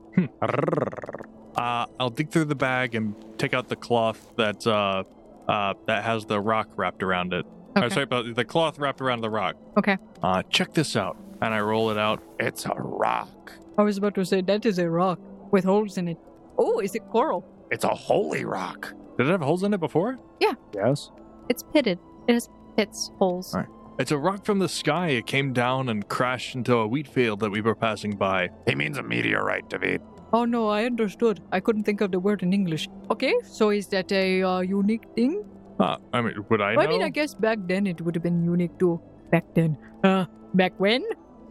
Speaker 4: Uh, I'll dig through the bag and take out the cloth that uh, uh, that has the rock wrapped around it. Oh,
Speaker 5: Okay.
Speaker 4: sorry, but the cloth wrapped around the rock.
Speaker 5: Okay.
Speaker 4: Uh, check this out, and I roll it out.
Speaker 3: It's a rock.
Speaker 7: I was about to say that is a rock with holes in it. Oh, is it coral?
Speaker 3: It's a holy rock.
Speaker 4: Did it have holes in it before?
Speaker 2: Yes.
Speaker 5: It's pitted. It has pits, holes.
Speaker 4: All It's a rock from the sky. It came down and crashed into a wheat field that we were passing by.
Speaker 3: He means a meteorite, David.
Speaker 7: Oh no, I understood. I couldn't think of the word in English. Okay, so is that a uh, unique thing?
Speaker 4: Uh, I mean, would I know?
Speaker 7: I mean, I guess back then it would have been unique too. Back then. Uh, back when?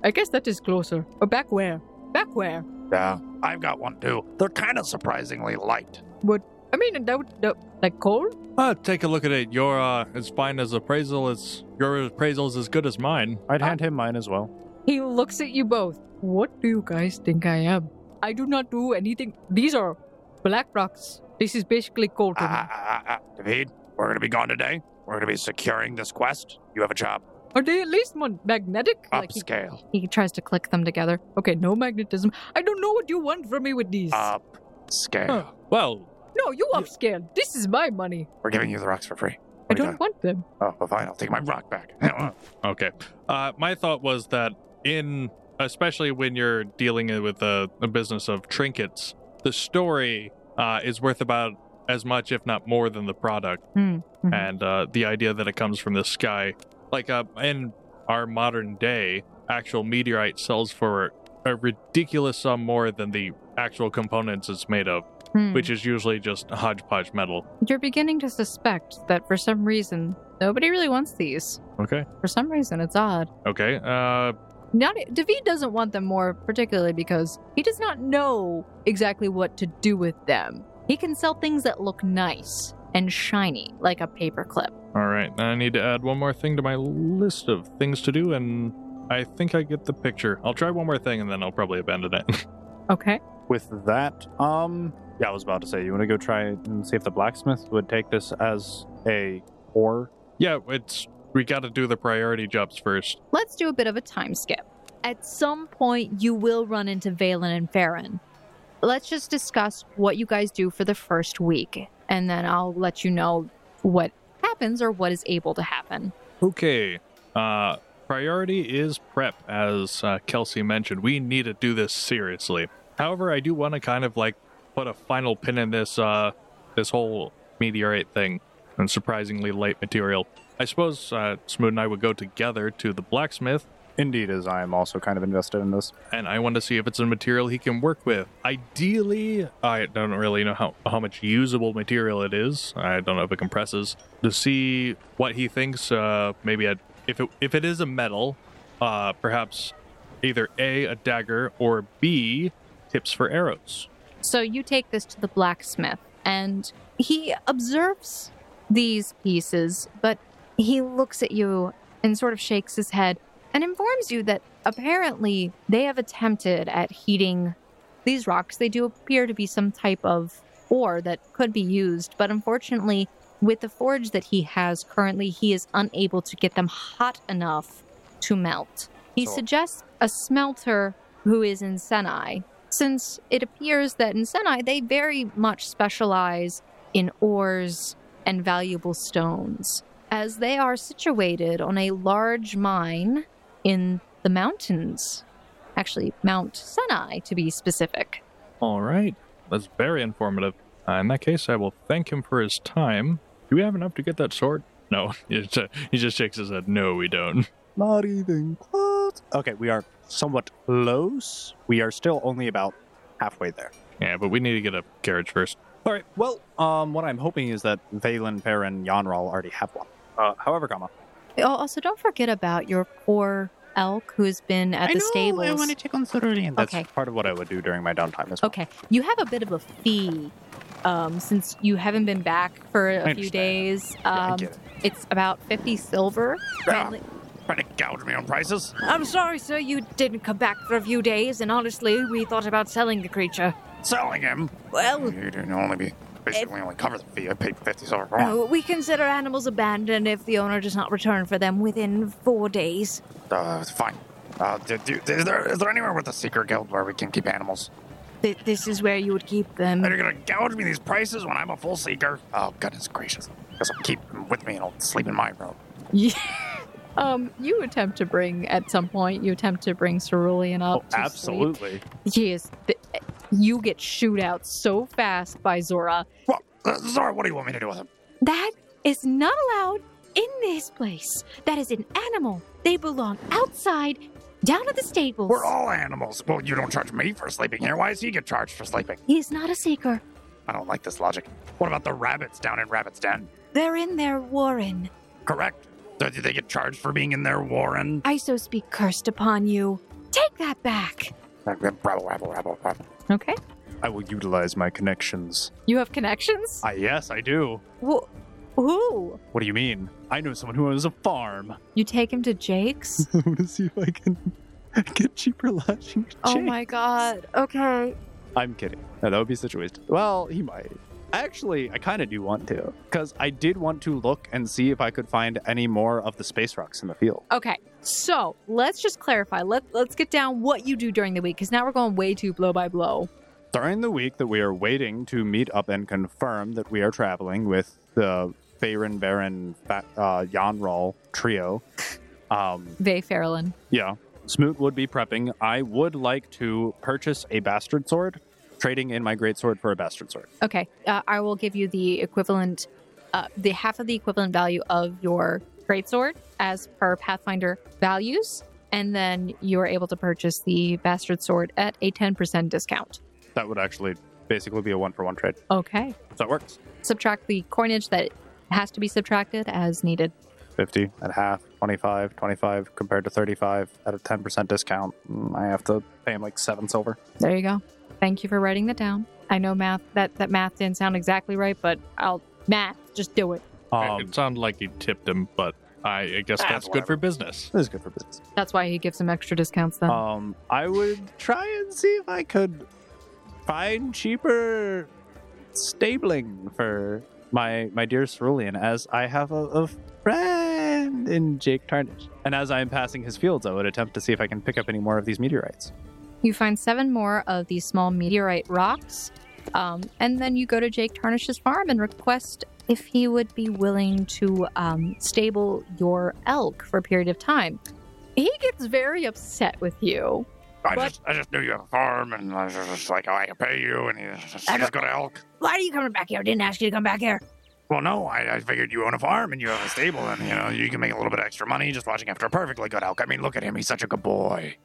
Speaker 7: I guess that is closer. Or back where? Back where?
Speaker 3: Yeah, I've got one too. They're kind of surprisingly light.
Speaker 7: I mean, that would, that, like coal?
Speaker 4: Uh, take a look at it. Your uh, as fine as appraisal is. Your appraisal is as good as mine.
Speaker 2: I'd hand him mine as well.
Speaker 7: He looks at you both. What do you guys think I am? I do not do anything. These are black rocks. This is basically coal to
Speaker 3: Ah,
Speaker 7: me.
Speaker 3: ah, ah, ah, ah. David, we're going to be gone today. We're going to be securing this quest. You have a job.
Speaker 7: Are they at least mon- magnetic? Like he-
Speaker 3: Upscale.
Speaker 5: He tries to click them together.
Speaker 7: okay, no magnetism. I don't know what you want from me with these.
Speaker 3: Ah. Upscale.
Speaker 4: Huh. Well,
Speaker 7: no, you upscale. This is my money.
Speaker 3: We're giving you the rocks for free.
Speaker 7: I
Speaker 3: What are you
Speaker 7: don't want them.
Speaker 3: Oh, well, fine. I'll take my rock back. (laughs)
Speaker 4: Okay. Uh, my thought was that in, especially when you're dealing with a, a business of trinkets, the story uh, is worth about as much, if not more, than the product.
Speaker 5: Hmm, mhm.
Speaker 4: And uh, the idea that it comes from the sky, like uh, in our modern day, actual meteorite sells for a ridiculous sum more than the actual components it's made of,
Speaker 5: Hmm.
Speaker 4: which is usually just hodgepodge metal.
Speaker 5: You're beginning to suspect that for some reason, nobody really wants these.
Speaker 4: Okay.
Speaker 5: For some reason, it's odd.
Speaker 4: Okay. Uh,
Speaker 5: Not e-, David doesn't want them more particularly because he does not know exactly what to do with them. He can sell things that look nice and shiny, like a paperclip.
Speaker 4: All right, I need to add one more thing to my list of things to do, and I think I get the picture. I'll try one more thing, and then I'll probably abandon it. (laughs)
Speaker 5: Okay.
Speaker 2: With that, um, yeah, I was about to say, you want to go try and see if the blacksmith would take this as a ore?
Speaker 4: yeah, it's we got to do the priority jobs first.
Speaker 5: Let's do a bit of a time skip. At some point, you will run into Valen and Farron. Let's just discuss what you guys do for the first week, and then I'll let you know what happens or what is able to happen.
Speaker 4: Okay. Uh, priority is prep, as uh, Kelsey mentioned. We need to do this seriously. However, I do want to kind of like put a final pin in this uh, this whole meteorite thing and surprisingly light material. I suppose uh, Smoot and I would go together to the blacksmith
Speaker 2: Indeed, as I am also kind of invested in this.
Speaker 4: and I want to see if it's a material he can work with. Ideally, I don't really know how, how much usable material it is. I don't know if it compresses. To see what he thinks, uh, maybe i if it if it is a metal, uh, perhaps either a a dagger or b tips for arrows.
Speaker 5: So you take this to the blacksmith, and he observes these pieces, but he looks at you and sort of shakes his head and informs you that apparently they have attempted at heating these rocks. They do appear to be some type of ore that could be used, but unfortunately, With the forge that he has currently, he is unable to get them hot enough to melt. He
Speaker 2: So-
Speaker 5: suggests a smelter who is in Senai, since it appears that in Senai they very much specialize in ores and valuable stones, as they are situated on a large mine in the mountains. Actually, Mount Senai, to be specific.
Speaker 4: All right. That's very informative. Uh, in that case, I will thank him for his time. Do we have enough to get that sword? No. (laughs) He just, he just shakes his head. No, we don't. (laughs)
Speaker 2: Not even close. Okay, we are somewhat close. We are still only about halfway there.
Speaker 4: Yeah, but we need to get a carriage first.
Speaker 2: All right. Well, um, what I'm hoping is that Valen, Perrin, Yanral already have one. Uh, however, Gamma.
Speaker 5: Oh, Also, don't forget about your poor elk who's been at
Speaker 3: I
Speaker 5: the
Speaker 3: know,
Speaker 5: stables.
Speaker 3: I want to check on Cerulean.
Speaker 2: That's
Speaker 5: Okay.
Speaker 2: part of what I would do during my downtime as well.
Speaker 5: Okay, you have a bit of a fee um, since you haven't been back for a few
Speaker 2: understand.
Speaker 5: days.
Speaker 2: I
Speaker 5: Um,
Speaker 2: get it.
Speaker 5: it's about fifty silver.
Speaker 3: Ah, trying to gouge me on prices.
Speaker 6: I'm sorry, sir, you didn't come back for a few days, and honestly, we thought about selling the creature.
Speaker 3: Selling him.
Speaker 6: Well,
Speaker 3: You can only be basically only cover the fee. I paid fifty silver for him.
Speaker 6: uh, we consider animals abandoned if the owner does not return for them within four days.
Speaker 3: Uh, it's fine. Uh, do, do, is there is there anywhere with a secret guild where we can keep animals?
Speaker 6: Th- this is where you would keep them.
Speaker 3: And you're gonna gouge me these prices when I'm a full seeker? Oh goodness gracious! Guess I'll keep him with me and I'll sleep in my room.
Speaker 5: Um, you attempt to bring at some point. You attempt to bring Cerulean up.
Speaker 2: Oh,
Speaker 5: to
Speaker 2: absolutely.
Speaker 5: sleep. Yes, th- you get shoot out so fast by Zora.
Speaker 3: Well, uh, Zara, what do you want me to do with him?
Speaker 6: That is not allowed in this place. That is an animal. They belong outside, down at the stables.
Speaker 3: We're all animals. Well, you don't charge me for sleeping here. Why does he get charged for sleeping?
Speaker 6: He is not a seeker.
Speaker 3: I don't like this logic. What about the rabbits down in Rabbit's Den?
Speaker 6: They're in their warren.
Speaker 3: Correct. Do do they get charged for being in their warren?
Speaker 6: I so speak cursed upon you. Take that back.
Speaker 3: Rabble, Uh, rabble, rabble, rabble.
Speaker 5: Okay,
Speaker 2: I will utilize my connections.
Speaker 5: you have connections.
Speaker 2: Ah, yes, I do.
Speaker 5: Wh- who?
Speaker 2: What do you mean? I know someone who owns a farm.
Speaker 5: You take him to Jake's.
Speaker 2: (laughs) I want to see if I can (laughs) get cheaper lodging.
Speaker 5: Oh my god. Okay.
Speaker 2: I'm kidding. No, that would be such a waste. Well, he might. Actually, I kind of do want to, because I did want to look and see if I could find any more of the space rocks in the field.
Speaker 5: Okay. So let's just clarify. Let let's get down what you do during the week because now we're going way too blow by blow.
Speaker 2: During the week that we are waiting to meet up and confirm that we are traveling with the Farin Baron Fa- uh, Yanral trio, um,
Speaker 5: Vay Farrellin.
Speaker 2: Yeah. Smoot would be prepping. I would like to purchase a bastard sword, trading in my great sword for a bastard sword.
Speaker 5: Okay. Uh, I will give you the equivalent, uh, the half of the equivalent value of your greatsword as per Pathfinder values, and then you are able to purchase the bastard sword at a ten percent discount.
Speaker 2: That would actually basically be a one for one trade.
Speaker 5: Okay.
Speaker 2: So that works.
Speaker 5: Subtract the coinage that has to be subtracted as needed.
Speaker 2: 50 at half, 25, 25 compared to 35 at a 10% discount. Mm, I have to pay him like seven silver.
Speaker 5: There you go. Thank you for writing that down. I know math that that math didn't sound exactly right, but I'll math. Just do it.
Speaker 2: Um,
Speaker 4: it sounded like he tipped him, but I, I guess
Speaker 3: Ah,
Speaker 4: that's good for business.
Speaker 2: this is good for business.
Speaker 5: That's why he gives them extra discounts then.
Speaker 2: Um, I would try and see if I could find cheaper stabling for my my dear Cerulean, as I have a, a friend in Jake Tarnish. And as I am passing his fields, I would attempt to see if I can pick up any more of these meteorites.
Speaker 5: You find seven more of these small meteorite rocks, um, and then you go to Jake Tarnish's farm and request if he would be willing to um, stable your elk for a period of time. He gets very upset with you.
Speaker 3: I
Speaker 5: But-
Speaker 3: just, I just knew you have a farm, and I was just like, oh, I can pay you, and you just,
Speaker 6: I
Speaker 3: just go to elk.
Speaker 6: Why are you coming back here? I didn't ask you to come back here.
Speaker 3: Well, no, I, I figured you own a farm and you have a stable, and you know you can make a little bit of extra money just watching after a perfectly good elk. I mean, look at him; he's such a good boy.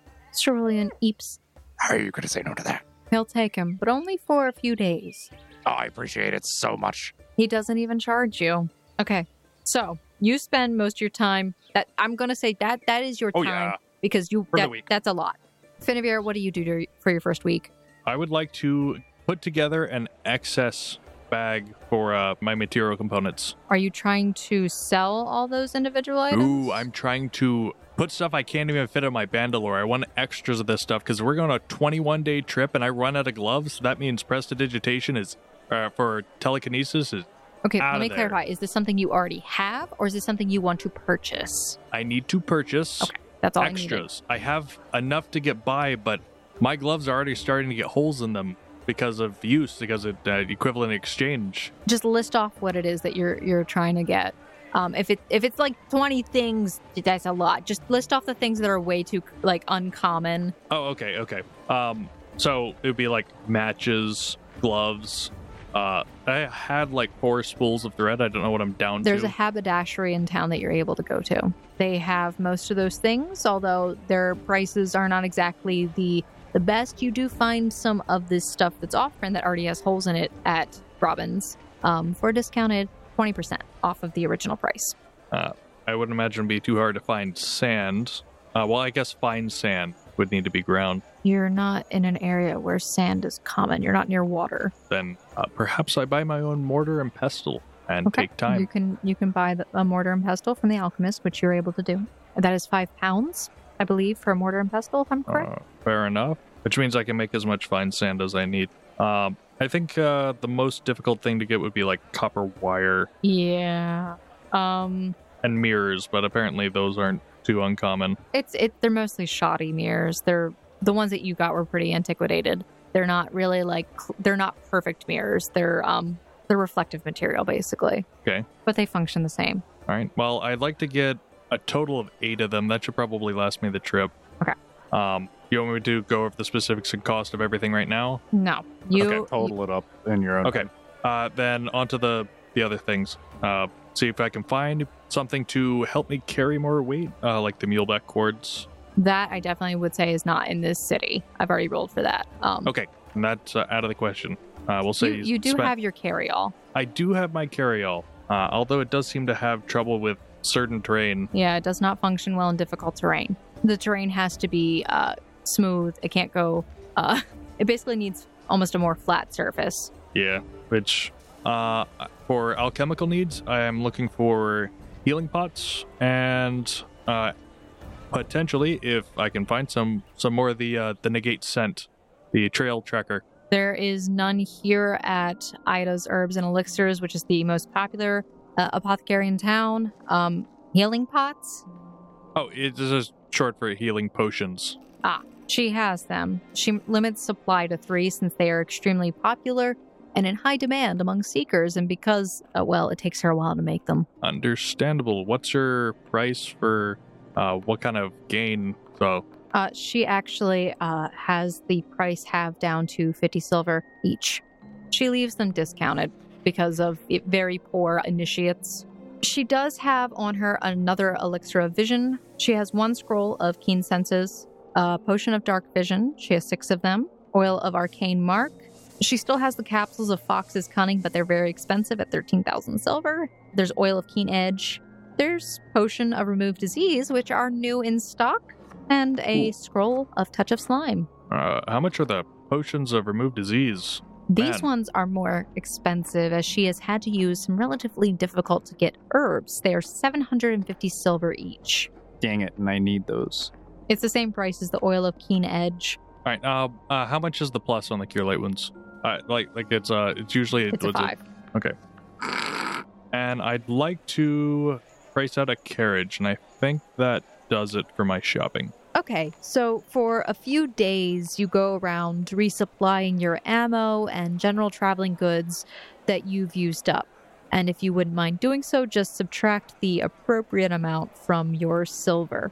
Speaker 5: Cerulean eeps.
Speaker 3: How are you going to say no to that?
Speaker 5: He'll take him, but only for a few days.
Speaker 3: Oh, I appreciate it so much.
Speaker 5: He doesn't even charge you. Okay. So you spend most of your time that I'm gonna say that that is your
Speaker 2: Oh,
Speaker 5: time
Speaker 2: yeah.
Speaker 5: because you
Speaker 2: the
Speaker 5: that-
Speaker 2: week.
Speaker 5: that's a lot. Finevere, what do you do dur- for your first week?
Speaker 4: I would like to put together an excess bag for uh, my material components.
Speaker 5: Are you trying to sell all those individual items?
Speaker 4: Ooh, I'm trying to put stuff I can't even fit on my bandolier. I want extras of this stuff because we're going on a 21 day trip and I run out of gloves. That means prestidigitation is uh, for telekinesis is
Speaker 5: Okay,
Speaker 4: Outta
Speaker 5: let me
Speaker 4: there.
Speaker 5: clarify. Is this something you already have, or is this something you want to purchase?
Speaker 4: I need to purchase
Speaker 5: Okay, that's all I needed.
Speaker 4: extras. I, have enough to get by, but my gloves are already starting to get holes in them because of use, because of uh, equivalent exchange.
Speaker 5: Just list off what it is that you're you're trying to get. Um, if it if it's like twenty things, that's a lot. Just list off the things that are way too like uncommon.
Speaker 4: Oh, okay, okay. Um, so it would be like matches, gloves. Uh, I had like four spools of thread. I don't know what I'm down
Speaker 5: There's
Speaker 4: to.
Speaker 5: a haberdashery in town that you're able to go to. They have most of those things, although their prices are not exactly the the best. You do find some of this stuff that's off brand that already has holes in it at Robbins um, for a discounted 20% off of the original price.
Speaker 4: I wouldn't imagine it'd be too hard to find sand. Uh, well, I guess fine sand would need to be ground.
Speaker 5: You're not in an area where sand is common. You're not near water.
Speaker 4: Then uh, perhaps I buy my own mortar and pestle and take
Speaker 5: You
Speaker 4: time.
Speaker 5: can you can buy the, a mortar and pestle from the alchemist, which you're able to do. That is five pounds, I believe, for a mortar and pestle. If I'm correct.
Speaker 4: Uh, fair enough. Which means I can make as much fine sand as I need. Um, I think uh, the most difficult thing to get would be like copper wire
Speaker 5: Yeah. Um
Speaker 4: and mirrors, but apparently those aren't too uncommon.
Speaker 5: it's it they're mostly shoddy mirrors. They're the ones that you got were pretty antiquated. They're not really like cl- they're not perfect mirrors. They're um they're reflective material basically.
Speaker 4: Okay.
Speaker 5: But they function the same.
Speaker 4: All right. Well, I'd like to get a total of eight of them. That should probably last me the trip.
Speaker 5: Okay.
Speaker 4: Um, you want me to go over the specifics and cost of everything right now?
Speaker 5: No. You
Speaker 4: Okay,
Speaker 2: Total it up in your own.
Speaker 4: Okay. Uh, then onto the the other things. Uh, see if I can find something to help me carry more weight, uh, like the muleback cords.
Speaker 5: that I definitely would say is not in this city. I've already rolled for that. Um
Speaker 4: Okay, and that's uh, out of the question. Uh, we'll say
Speaker 5: you, you do
Speaker 4: spend-
Speaker 5: have your carryall.
Speaker 4: I do have my carryall, uh, although it does seem to have trouble with certain terrain.
Speaker 5: Yeah, it does not function well in difficult terrain. The terrain has to be uh, smooth. It can't go. Uh, (laughs) it basically needs almost a more flat surface.
Speaker 4: Yeah, which uh, for alchemical needs, I am looking for healing pots and uh, potentially, if I can find some, some more of the uh, the negate scent, the trail tracker.
Speaker 5: There is none here at Ida's Herbs and Elixirs, which is the most popular uh, apothecary in town. Um, healing pots.
Speaker 4: Oh, it this is short for healing potions.
Speaker 5: She has them. She limits supply to three since they are extremely popular and in high demand among seekers, and because, uh, well, it takes her a while to make them.
Speaker 4: Understandable. What's your price for uh, what kind of gain? So,
Speaker 5: Uh, she actually uh, has the price halved down to 50 silver each. She leaves them discounted because of i- very poor initiates. She does have on her another elixir of vision. She has one scroll of keen senses, a potion of dark vision. She has six of them, oil of arcane mark. She still has the capsules of fox's cunning, but they're very expensive at 13,000 silver. There's oil of keen edge. There's potion of remove disease, which are new in stock and a scroll of touch of slime.
Speaker 4: uh, how much are the potions of remove disease?
Speaker 5: These
Speaker 4: Man.
Speaker 5: ones are more expensive as she has had to use some relatively difficult to get herbs. They are 750 silver each.
Speaker 2: Dang it, and I need those.
Speaker 5: It's the same price as the oil of keen edge.
Speaker 4: All right. Uh, uh, how much is the plus on the cure light ones? Uh, like, like it's uh, it's usually
Speaker 5: It's a
Speaker 4: what's it-
Speaker 5: five.
Speaker 4: and I'd like to price out a carriage, and I think that does it for my shopping.
Speaker 5: Okay, so for a few days, you go around resupplying your ammo and general traveling goods that you've used up. And if you wouldn't mind doing so, just subtract the appropriate amount from your silver.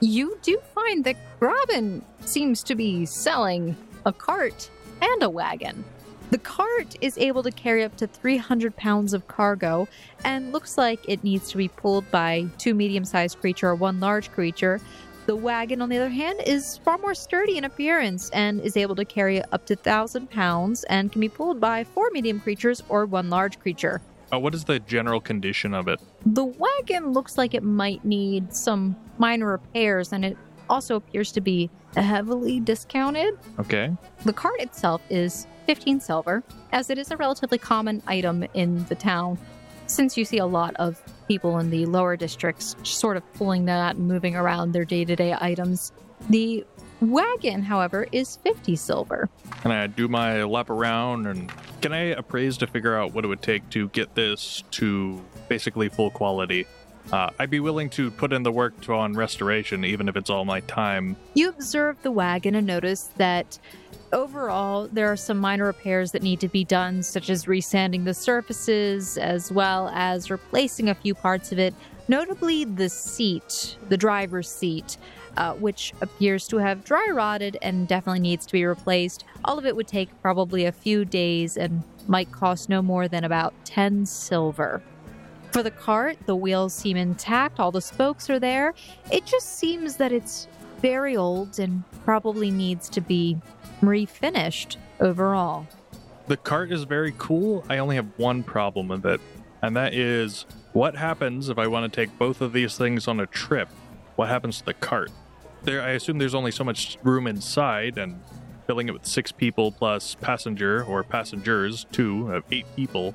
Speaker 5: You do find that Robin seems to be selling a cart and a wagon. The cart is able to carry up to 300 pounds of cargo and looks like it needs to be pulled by two medium sized creature or one large creature. The wagon, on the other hand, is far more sturdy in appearance and is able to carry up to 1,000 pounds and can be pulled by four medium creatures or one large creature.
Speaker 4: Uh, what is the general condition of it?
Speaker 5: The wagon looks like it might need some minor repairs and it also appears to be heavily discounted.
Speaker 4: Okay.
Speaker 5: The cart itself is 15 silver, as it is a relatively common item in the town, since you see a lot of people in the lower districts sort of pulling that out and moving around their day to day items. The wagon, however, is 50 silver.
Speaker 4: And I do my lap around and Can I appraise to figure out what it would take to get this to basically full quality? Uh, I'd be willing to put in the work to, on restoration, even if it's all my time.
Speaker 5: You observe the wagon and notice that overall there are some minor repairs that need to be done, such as resanding the surfaces, as well as replacing a few parts of it, notably the seat, the driver's seat, uh, which appears to have dry rotted and definitely needs to be replaced. All of it would take probably a few days and might cost no more than about 10 silver. For the cart, the wheels seem intact, all the spokes are there. It just seems that it's very old and probably needs to be refinished overall.
Speaker 4: The cart is very cool. I only have one problem with it, and that is what happens if I want to take both of these things on a trip? What happens to the cart? There, I assume there's only so much room inside, and filling it with six people plus passenger or passengers, two of eight people.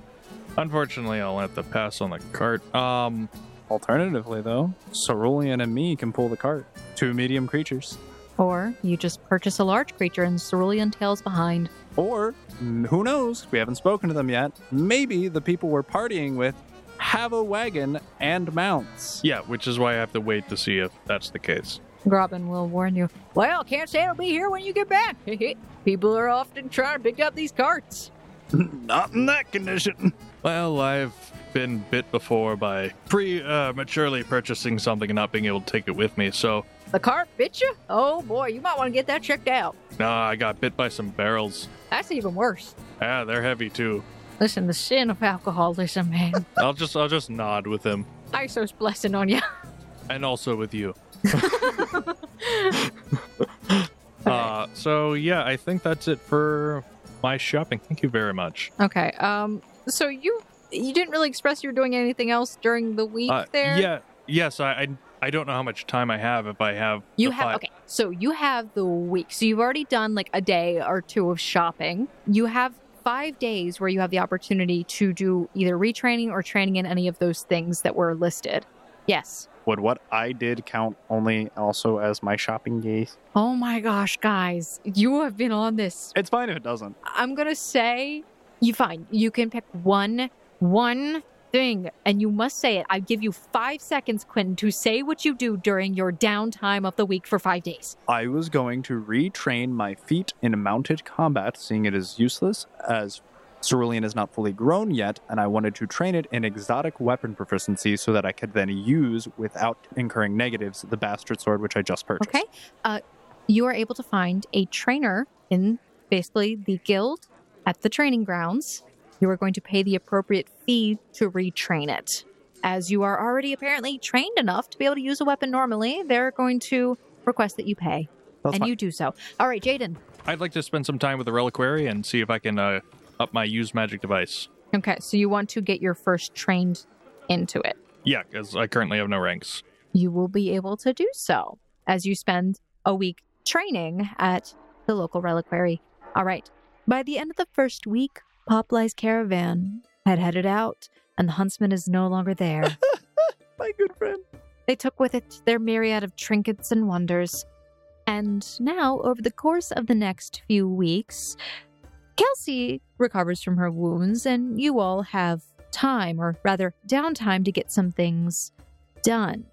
Speaker 4: Unfortunately, I'll have to pass on the cart. Um,
Speaker 2: Alternatively, though, Cerulean and me can pull the cart. Two medium creatures.
Speaker 5: Or you just purchase a large creature and cerulean tails behind.
Speaker 2: Or, mm, who knows? We haven't spoken to them yet. Maybe the people we're partying with have a wagon and mounts. (laughs)
Speaker 4: yeah, which is why I have to wait to see if that's the case.
Speaker 5: Grobbin will warn you.
Speaker 1: Well, can't say it'll be here when you get back. (laughs) People are often trying to pick up these carts.
Speaker 3: Not in that condition.
Speaker 4: Well, I've been bit before by prematurely purchasing something and not being able to take it with me, so
Speaker 1: The cart bit you? Oh boy, you might want to get that checked out.
Speaker 4: nah, I got bit by some barrels.
Speaker 1: That's even worse.
Speaker 4: Ah, they're heavy too.
Speaker 5: Listen, the sin of alcoholism, man.
Speaker 4: I'll just I'll just nod with him
Speaker 1: (laughs) ISO's blessing on you.
Speaker 4: and also with you. uh, so yeah, I think that's it for my shopping. Thank you very much.
Speaker 5: okay. Um. So you you didn't really express you were doing anything else during the week
Speaker 4: Uh,
Speaker 5: there.
Speaker 4: yeah, yes, I, I I don't know how much time I have if I have
Speaker 5: You
Speaker 4: the
Speaker 5: have
Speaker 4: five-
Speaker 5: okay. So you have the week. So you've already done like a day or two of shopping. You have five days where you have the opportunity to do either retraining or training in any of those things that were listed. Yes.
Speaker 2: Would what I did count only also as my shopping gaze?
Speaker 5: Oh my gosh, guys, you have been on this
Speaker 2: It's fine if it doesn't.
Speaker 5: I'm gonna say you fine. You can pick one one thing and you must say it. I give you five seconds, Quentin, to say what you do during your downtime of the week for five days.
Speaker 2: I was going to retrain my feet in mounted combat, seeing it is useless as Cerulean is not fully grown yet, and I wanted to train it in exotic weapon proficiency so that I could then use, without incurring negatives, the bastard sword which I just purchased.
Speaker 5: Okay. Uh, you are able to find a trainer in basically the guild at the training grounds. You are going to pay the appropriate fee to retrain it. As you are already apparently trained enough to be able to use a weapon normally, they're going to request that you pay.
Speaker 2: That's
Speaker 5: and
Speaker 2: fine.
Speaker 5: you do so. All right, Jaden.
Speaker 4: I'd like to spend some time with the reliquary and see if I can uh, up my use magic device.
Speaker 5: Okay, so you want to get your first trained into it.
Speaker 4: Yeah, because I currently have no ranks.
Speaker 5: You will be able to do so as you spend a week training at the local reliquary. All right. By the end of the first week, Poply's caravan had headed out, and the huntsman is no longer there.
Speaker 2: My good friend.
Speaker 5: they took with it their myriad of trinkets and wonders. And now, over the course of the next few weeks, Kelsey recovers from her wounds, and you all have time, or rather, downtime, to get some things done.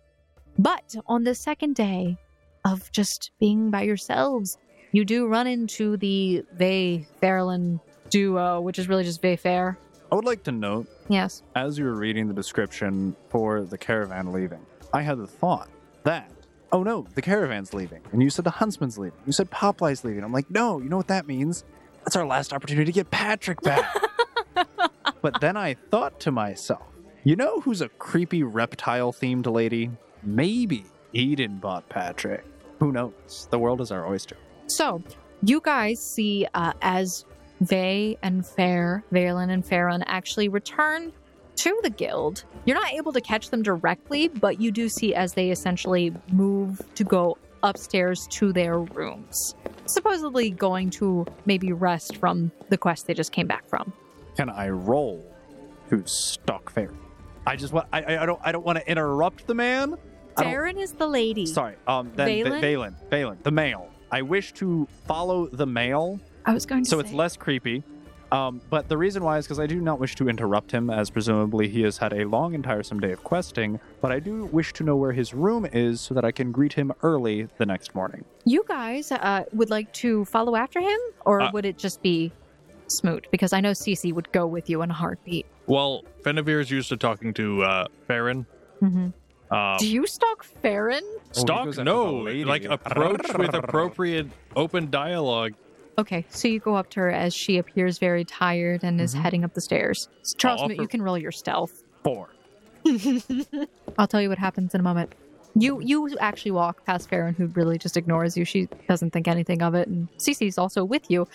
Speaker 5: But on the second day of just being by yourselves, you do run into the Vey Fairland duo, which is really just Vey Fair.
Speaker 2: I would like to note
Speaker 5: Yes.
Speaker 2: as you were reading the description for the caravan leaving, I had the thought that, oh no, the caravan's leaving. And you said the huntsman's leaving. You said Popeye's leaving. I'm like, no, you know what that means? That's our last opportunity to get Patrick back. but then I thought to myself, you know who's a creepy reptile themed lady? Maybe Eden bought Patrick. Who knows? The world is our oyster.
Speaker 5: So, you guys see uh, as Vey and Fair, Valen and Farron actually return to the guild. You're not able to catch them directly, but you do see as they essentially move to go upstairs to their rooms, supposedly going to maybe rest from the quest they just came back from.
Speaker 2: Can I roll to stalk fairy? I just want I, I- I don't I don't want to interrupt the man. I don't-
Speaker 5: Farron is the lady.
Speaker 2: Sorry, um, then Va-
Speaker 5: Valen?
Speaker 2: Valen, Valen, the male. I wish to follow the male,
Speaker 5: I was going to
Speaker 2: so
Speaker 5: say.
Speaker 2: it's less creepy. Um, but the reason why is because I do not wish to interrupt him, as presumably he has had a long and tiresome day of questing, but I do wish to know where his room is so that I can greet him early the next morning.
Speaker 5: You guys uh, would like to follow after him, or
Speaker 4: Uh,
Speaker 5: would it just be Smoot? Because I know Cece would go with you in a heartbeat.
Speaker 4: Well, Fenivir's used to talking to uh, Farron.
Speaker 5: Mhm.
Speaker 4: Um,
Speaker 5: Do you stalk Farron?
Speaker 2: he
Speaker 4: Stalk,
Speaker 2: goes after
Speaker 4: no.
Speaker 2: the lady.
Speaker 4: Like,
Speaker 2: (laughs)
Speaker 4: approach with appropriate open dialogue.
Speaker 5: Okay, so you go up to her as she appears very tired and is heading up the stairs. So Charles,
Speaker 4: I'll
Speaker 5: Smoot,
Speaker 4: offer-
Speaker 5: you can roll your stealth.
Speaker 2: Four.
Speaker 5: I'll tell you what happens in a moment. You you actually walk past Farron, who really just ignores you. She doesn't think anything of it, and Cece's also with you.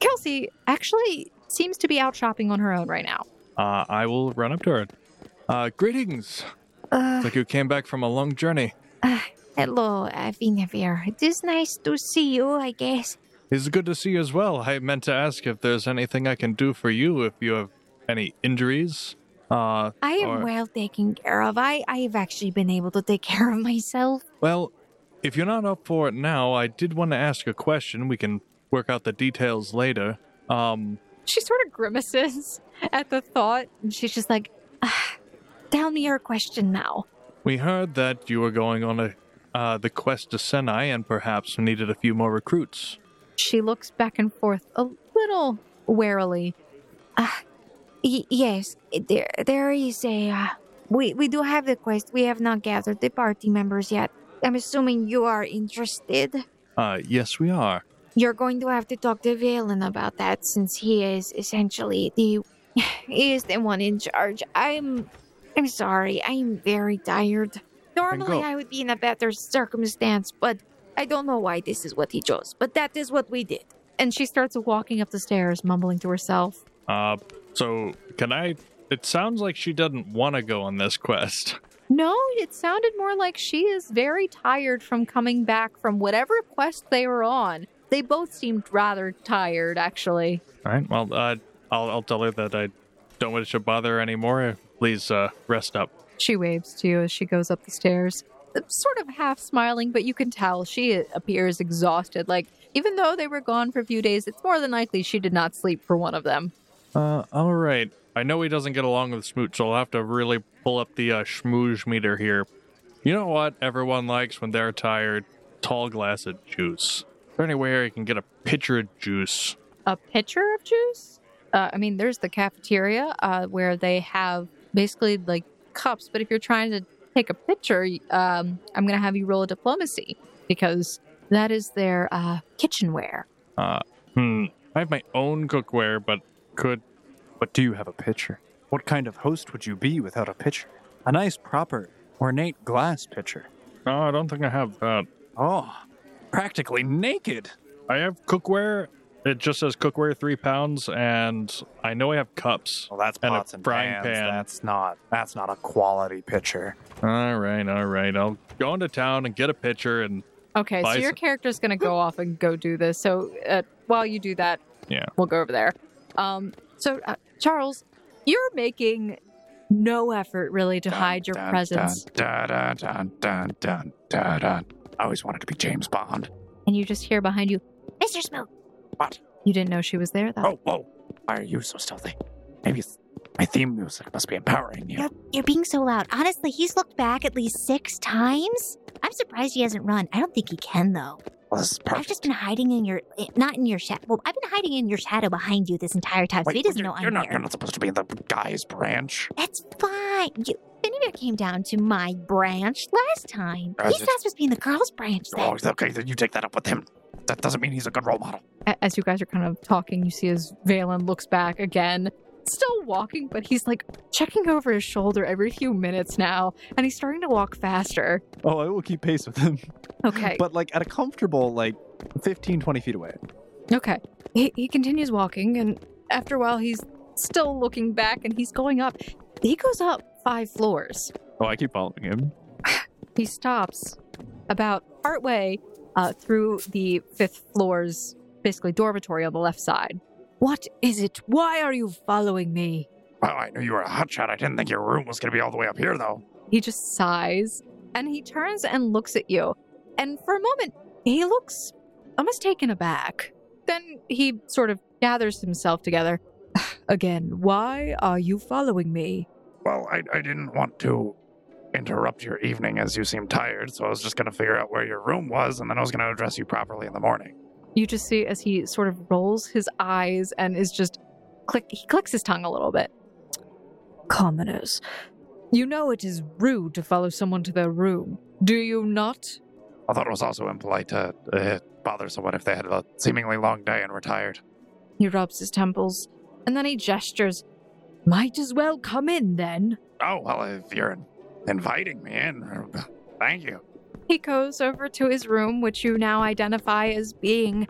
Speaker 5: Kelsey actually seems to be out shopping on her own right now.
Speaker 4: Uh, I will run up to her. Uh, greetings. It's like you came back from a long journey.
Speaker 6: Hello, uh, Vinavir. It is nice to see you, I guess.
Speaker 4: It's good to see you as well. I meant to ask if there's anything I can do for you if you have any injuries. Uh,
Speaker 6: I am
Speaker 4: or-
Speaker 6: well taken care of. I, I've actually been able to take (laughs) care of myself.
Speaker 4: Well, if you're not up for it now, I did want to ask a question. We can work out the details later. Um,
Speaker 5: She sort of grimaces (laughs) at the thought, and she's just like,
Speaker 6: "Ah, Tell me your question now.
Speaker 4: we heard that you were going on a uh, the quest to Senai and perhaps needed a few more recruits.
Speaker 5: she looks back and forth a little warily.
Speaker 6: Y- yes, there, there is a. Uh, we, we do have the quest. We have not gathered the party members yet. I'm assuming you are interested.
Speaker 4: Uh, yes, we are.
Speaker 6: You're going to have to talk to Valen about that since he is essentially the (laughs) he is the one in charge. I'm I'm sorry, I am very tired. Normally
Speaker 4: go.
Speaker 6: I would be in a better circumstance, but I don't know why this is what he chose. But that is what we did.
Speaker 5: And she starts walking up the stairs, mumbling to herself.
Speaker 4: Uh, so can I? It sounds like she doesn't want to go on this quest.
Speaker 5: No, it sounded more like she is very tired from coming back from whatever quest they were on. They both seemed rather tired, actually.
Speaker 4: All right. Well, uh, I'll I'll tell her that I don't wish to bother her anymore. Please uh, rest up.
Speaker 5: She waves to you as she goes up the stairs, sort of half smiling, but you can tell she appears exhausted. Like, even though they were gone for a few days, it's more than likely she did not sleep for one of them.
Speaker 4: Uh, all right. I know he doesn't get along with Smoot, so I'll have to really pull up the uh, schmooze meter here. You know what everyone likes when they're tired? Tall glass of juice. Is there anywhere you can get a pitcher of juice?
Speaker 5: a pitcher of juice. Uh, I mean, there's the cafeteria uh, where they have basically like cups, but if you're trying to take a picture, y- um, I'm going to have you roll a diplomacy because that is their uh, kitchenware.
Speaker 4: Uh, hmm. I have my own cookware, but could
Speaker 2: But do you have a pitcher? What kind of host would you be without a pitcher? A nice, proper, ornate glass pitcher.
Speaker 4: Oh, I don't think I have that.
Speaker 2: Oh, practically naked.
Speaker 4: I have cookware. It just says cookware three pounds, and I know I have cups.
Speaker 3: Well, that's
Speaker 4: And a
Speaker 3: pots and
Speaker 4: frying
Speaker 3: pans.
Speaker 4: pan.
Speaker 3: That's not that's not a quality pitcher.
Speaker 4: All right, all right. I'll go into town and get a pitcher, and
Speaker 5: Okay, so
Speaker 4: Buy
Speaker 5: your
Speaker 4: some-
Speaker 5: character's going to go off and go do this. So uh, while you do that,
Speaker 4: Yeah.
Speaker 5: we'll go over there. Um, so uh, Charles, you're making no effort really to hide your
Speaker 3: Dun,
Speaker 5: presence,
Speaker 3: Dun, dun, dun, dun, dun, dun, dun. I always wanted to be James Bond.
Speaker 5: and you just hear behind you.
Speaker 6: Mr. Smoke,
Speaker 5: You didn't know she was there. That's
Speaker 3: Oh, whoa! Why are you so stealthy? Maybe it's my theme music must be empowering you.
Speaker 6: you're, you're being so loud. Honestly, he's looked back at least six times. I'm surprised he hasn't run. I don't think he can though.
Speaker 3: Well, this is
Speaker 6: I've
Speaker 3: perfect.
Speaker 6: just been hiding in your eh, not in your shadow. Well, I've been hiding in your shadow behind you this entire time, so
Speaker 3: Wait,
Speaker 6: he doesn't
Speaker 3: you're,
Speaker 6: know I'm
Speaker 3: you're not
Speaker 6: here.
Speaker 3: you're not supposed to be in the guy's branch.
Speaker 6: That's fine. You, Benedict came down to my branch last time.
Speaker 3: As
Speaker 6: He's
Speaker 3: it-
Speaker 6: not supposed to be in the girls' branch then.
Speaker 3: Oh, okay, then you take that up with him. That doesn't mean he's a good role model.
Speaker 5: A- as you guys are kind of talking, you see as Valen looks back again, still walking, but he's like checking over his shoulder every few minutes now, and he's starting to walk faster.
Speaker 2: Oh, I will keep pace with him. (laughs)
Speaker 5: Okay,
Speaker 2: But like at a comfortable like 15, 20 feet away.
Speaker 5: okay. He, he continues walking, and after a while, he's still looking back, and he's going up. He goes up five floors.
Speaker 2: Oh, I keep following him.
Speaker 5: He stops about partway uh, through the fifth floor's basically dormitory on the left side. What is it? Why are you following me?
Speaker 3: Well, I knew you were a hotshot. I didn't think your room was going to be all the way up here, though.
Speaker 5: He just sighs and he turns and looks at you. And for a moment, he looks almost taken aback. Then he sort of gathers himself together. (sighs)
Speaker 7: Again, why are you following me?
Speaker 3: Well, I, I didn't want to interrupt your evening as you seemed tired, so I was just going to figure out where your room was, and then I was going to address you properly in the morning.
Speaker 5: You just see as he sort of rolls his eyes and is just click. He clicks his tongue a little bit.
Speaker 7: Commoners.
Speaker 1: You know it is rude to follow someone to their room, do you not?
Speaker 3: I thought it was also impolite to uh, bother someone if they had a seemingly long day and were tired.
Speaker 5: He rubs his temples and then he gestures.
Speaker 7: Might as well come in then.
Speaker 3: Oh, well, if you're in- inviting me in, (laughs) uh, thank you.
Speaker 5: He goes over to his room, which you now identify as being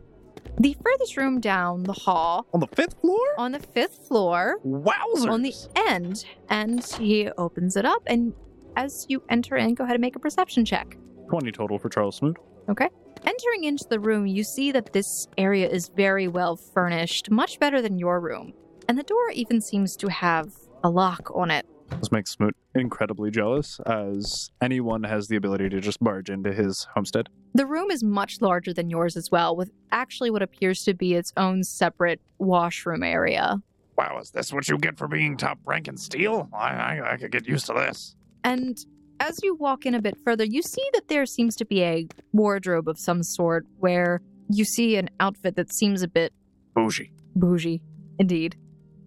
Speaker 5: the furthest room down the hall
Speaker 2: On the fifth floor?
Speaker 5: on the fifth floor.
Speaker 2: Wowzers.
Speaker 5: on the end and he opens it up and as you enter in go ahead and make a perception check
Speaker 2: 20 total for Charles Smoot.
Speaker 5: entering into the room you see that this area is very well furnished much better than your room and the door even seems to have a lock on it
Speaker 2: This makes Smoot incredibly jealous, as anyone has the ability to just barge into his homestead.
Speaker 5: the room is much larger than yours as well with actually what appears to be its own separate washroom area
Speaker 3: Wow, is this what you get for being top rank in steel? I, I, I could get used to this.
Speaker 5: and as you walk in a bit further you see that there seems to be a wardrobe of some sort where you see an outfit that seems a bit
Speaker 3: Bougie.
Speaker 5: Bougie, indeed.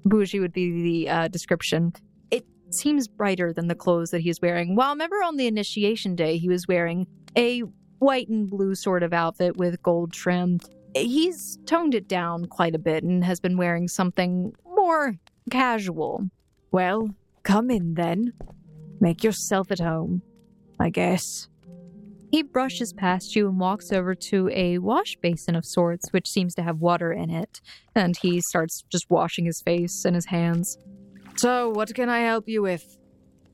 Speaker 5: Bougie would be the uh, description. It seems brighter than the clothes that he's wearing. While remember on the initiation day, he was wearing a white and blue sort of outfit with gold trim. He's toned it down quite a bit and has been wearing something more casual.
Speaker 7: Well, come in then. Make yourself at home, I guess.
Speaker 5: He brushes past you and walks over to a wash basin of sorts, which seems to have water in it. And he starts just washing his face and his hands.
Speaker 7: So, what can I help you with?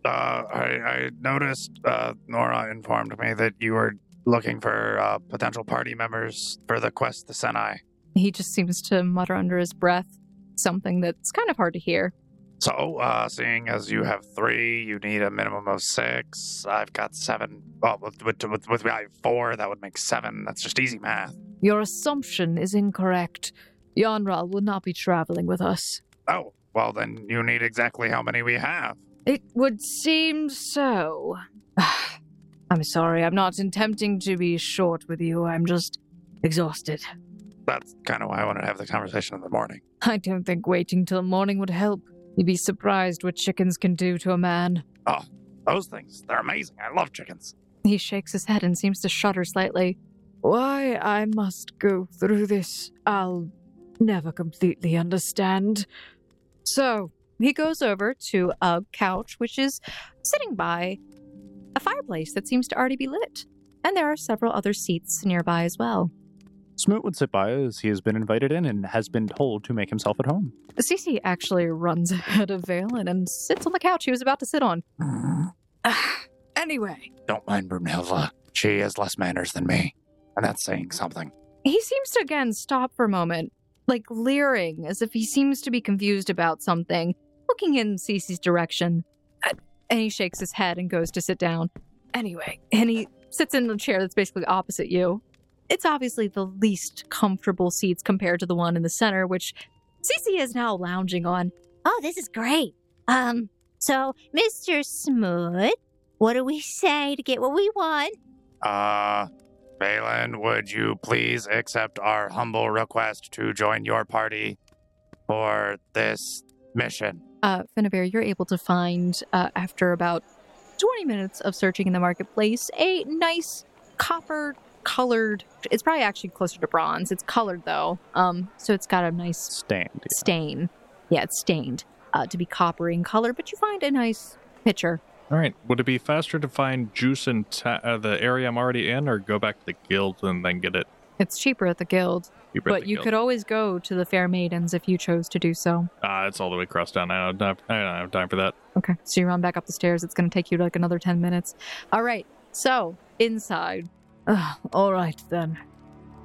Speaker 3: Uh, I, I noticed uh, Nora informed me that you were looking for uh, potential party members for the quest, the Senai.
Speaker 5: He just seems to mutter under his breath something that's kind of hard to hear.
Speaker 3: So, uh, seeing as you have three, you need a minimum of six. I've got seven. Well, with, with, with, with I have four, that would make seven. That's just easy math.
Speaker 7: Your assumption is incorrect. Yanral will not be traveling with us.
Speaker 3: Oh, well, then you need exactly how many we have.
Speaker 7: It would seem so. (sighs) I'm sorry, I'm not attempting to be short with you. I'm just exhausted.
Speaker 3: That's kind of why I wanted to have the conversation in the morning.
Speaker 7: I don't think waiting till morning would help. You'd be surprised what chickens can do to a man.
Speaker 3: Those things, they're amazing. I love chickens.
Speaker 5: He shakes his head and seems to shudder slightly.
Speaker 7: Why I must go through this, I'll never completely understand.
Speaker 5: So he goes over to a couch, which is sitting by a fireplace that seems to already be lit. And there are several other seats nearby as well.
Speaker 2: Smoot would sit by as he has been invited in and has been told to make himself at home.
Speaker 5: Cece actually runs (laughs) ahead of Valen and sits on the couch he was about to sit on.
Speaker 7: Anyway,
Speaker 3: Don't mind Brunhilda. She has less manners than me. And that's saying something.
Speaker 5: He seems to again stop for a moment, like leering as if he seems to be confused about something, looking in Cece's direction. Uh, And he shakes his head and goes to sit down. Anyway, and he sits in a chair that's basically opposite you. It's obviously the least comfortable seats compared to the one in the center, which Cece is now lounging on.
Speaker 6: Oh, this is great. Um, so, Mr. Smoot, what do we say to get what we want?
Speaker 3: Uh, Balin, would you please accept our humble request to join your party for this mission?
Speaker 5: uh, Finnevere, you're able to find, uh, after about 20 minutes of searching in the marketplace, a nice copper colored. It's probably actually closer to bronze. It's colored though, um, so it's got a nice
Speaker 2: Stand. yeah.
Speaker 5: stain. Yeah, it's stained uh, to be coppery in color, but you find a nice pitcher.
Speaker 4: All right. Would it be faster to find juice in ta- uh, the area I'm already in, or go back to the guild and then get it?
Speaker 5: It's cheaper at the guild,
Speaker 4: cheaper at
Speaker 5: but
Speaker 4: the
Speaker 5: you
Speaker 4: guild?
Speaker 5: could always go to the Fair Maidens if you chose to do so.
Speaker 4: Ah, it's all the way across down. I don't have, I don't have time for that.
Speaker 5: Okay, so you run back up the stairs. It's going to take you like another 10 minutes. All right, so inside.
Speaker 7: Ugh, all right then.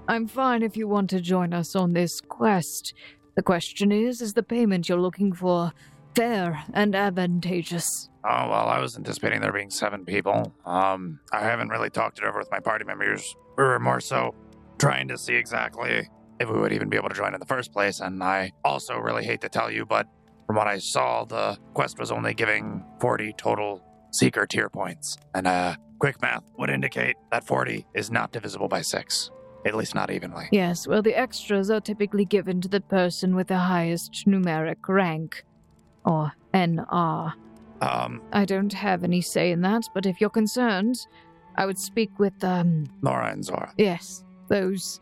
Speaker 7: I'm fine if you want to join us on this quest. The question is is the payment you're looking for fair and advantageous?
Speaker 3: Oh, well, I was anticipating there being seven people. Um, I haven't really talked it over with my party members. We were more so trying to see exactly if we would even be able to join in the first place. And I also really hate to tell you, but From what I saw, the quest was only giving 40 total seeker tier points. And uh, quick math would indicate that 40 is not divisible by 6, at least not evenly.
Speaker 7: Yes, well, the extras are typically given to the person with the highest numeric rank, or NR.
Speaker 3: Um,
Speaker 7: I don't have any say in that, but if you're concerned, I would speak with, um,
Speaker 3: Nora and Zora.
Speaker 7: yes, those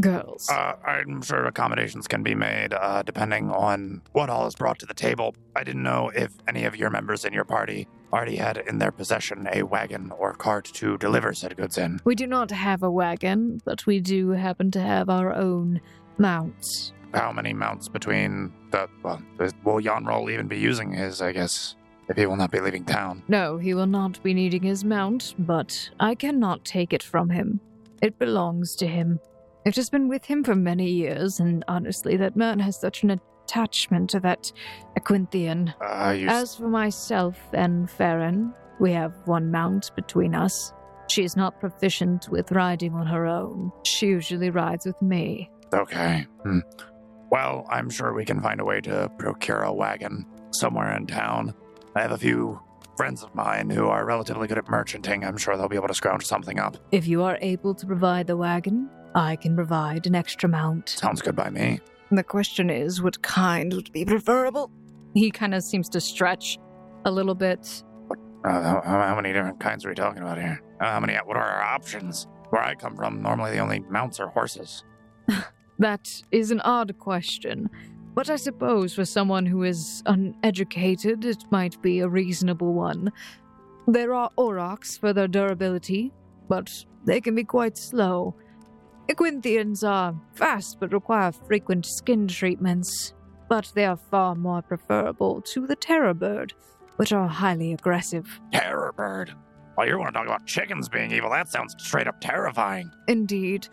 Speaker 7: girls.
Speaker 3: Uh, I'm sure accommodations can be made uh, depending on what all is brought to the table. I didn't know if any of your members in your party already had in their possession a wagon or cart to deliver said goods in.
Speaker 7: we do not have a wagon, but we do happen to have our own mounts.
Speaker 3: How many mounts between the. Well, will Yonrol even be using his, I guess, if he will not be leaving town?
Speaker 7: No, he will not be needing his mount, but I cannot take it from him. It belongs to him. It has been with him for many years, and honestly, that man has such an attachment to that Aquinthian.
Speaker 3: Uh, you
Speaker 7: As for myself and Farron, we have one mount between us. She is not proficient with riding on her own. She usually rides with me.
Speaker 3: Okay. Hmm. Well, I'm sure we can find a way to procure a wagon somewhere in town. I have a few friends of mine who are relatively good at merchanting. I'm sure they'll be able to scrounge something up.
Speaker 7: If you are able to provide the wagon, I can provide an extra mount.
Speaker 3: Sounds good by me.
Speaker 7: The question is, what kind would be preferable? He kind of seems to stretch a little bit.
Speaker 3: Uh, how, how many different kinds are we talking about here? Uh, how many? What are our options? Where I come from, normally the only mounts are horses.
Speaker 7: That is an odd question, but I suppose for someone who is uneducated, it might be a reasonable one. There are aurochs for their durability, but they can be quite slow. Equinthians are fast but require frequent skin treatments, but they are far more preferable to the terror bird, which are highly aggressive.
Speaker 3: Terror bird. Well, you want to talk about chickens being evil? That sounds straight up terrifying.
Speaker 7: Indeed,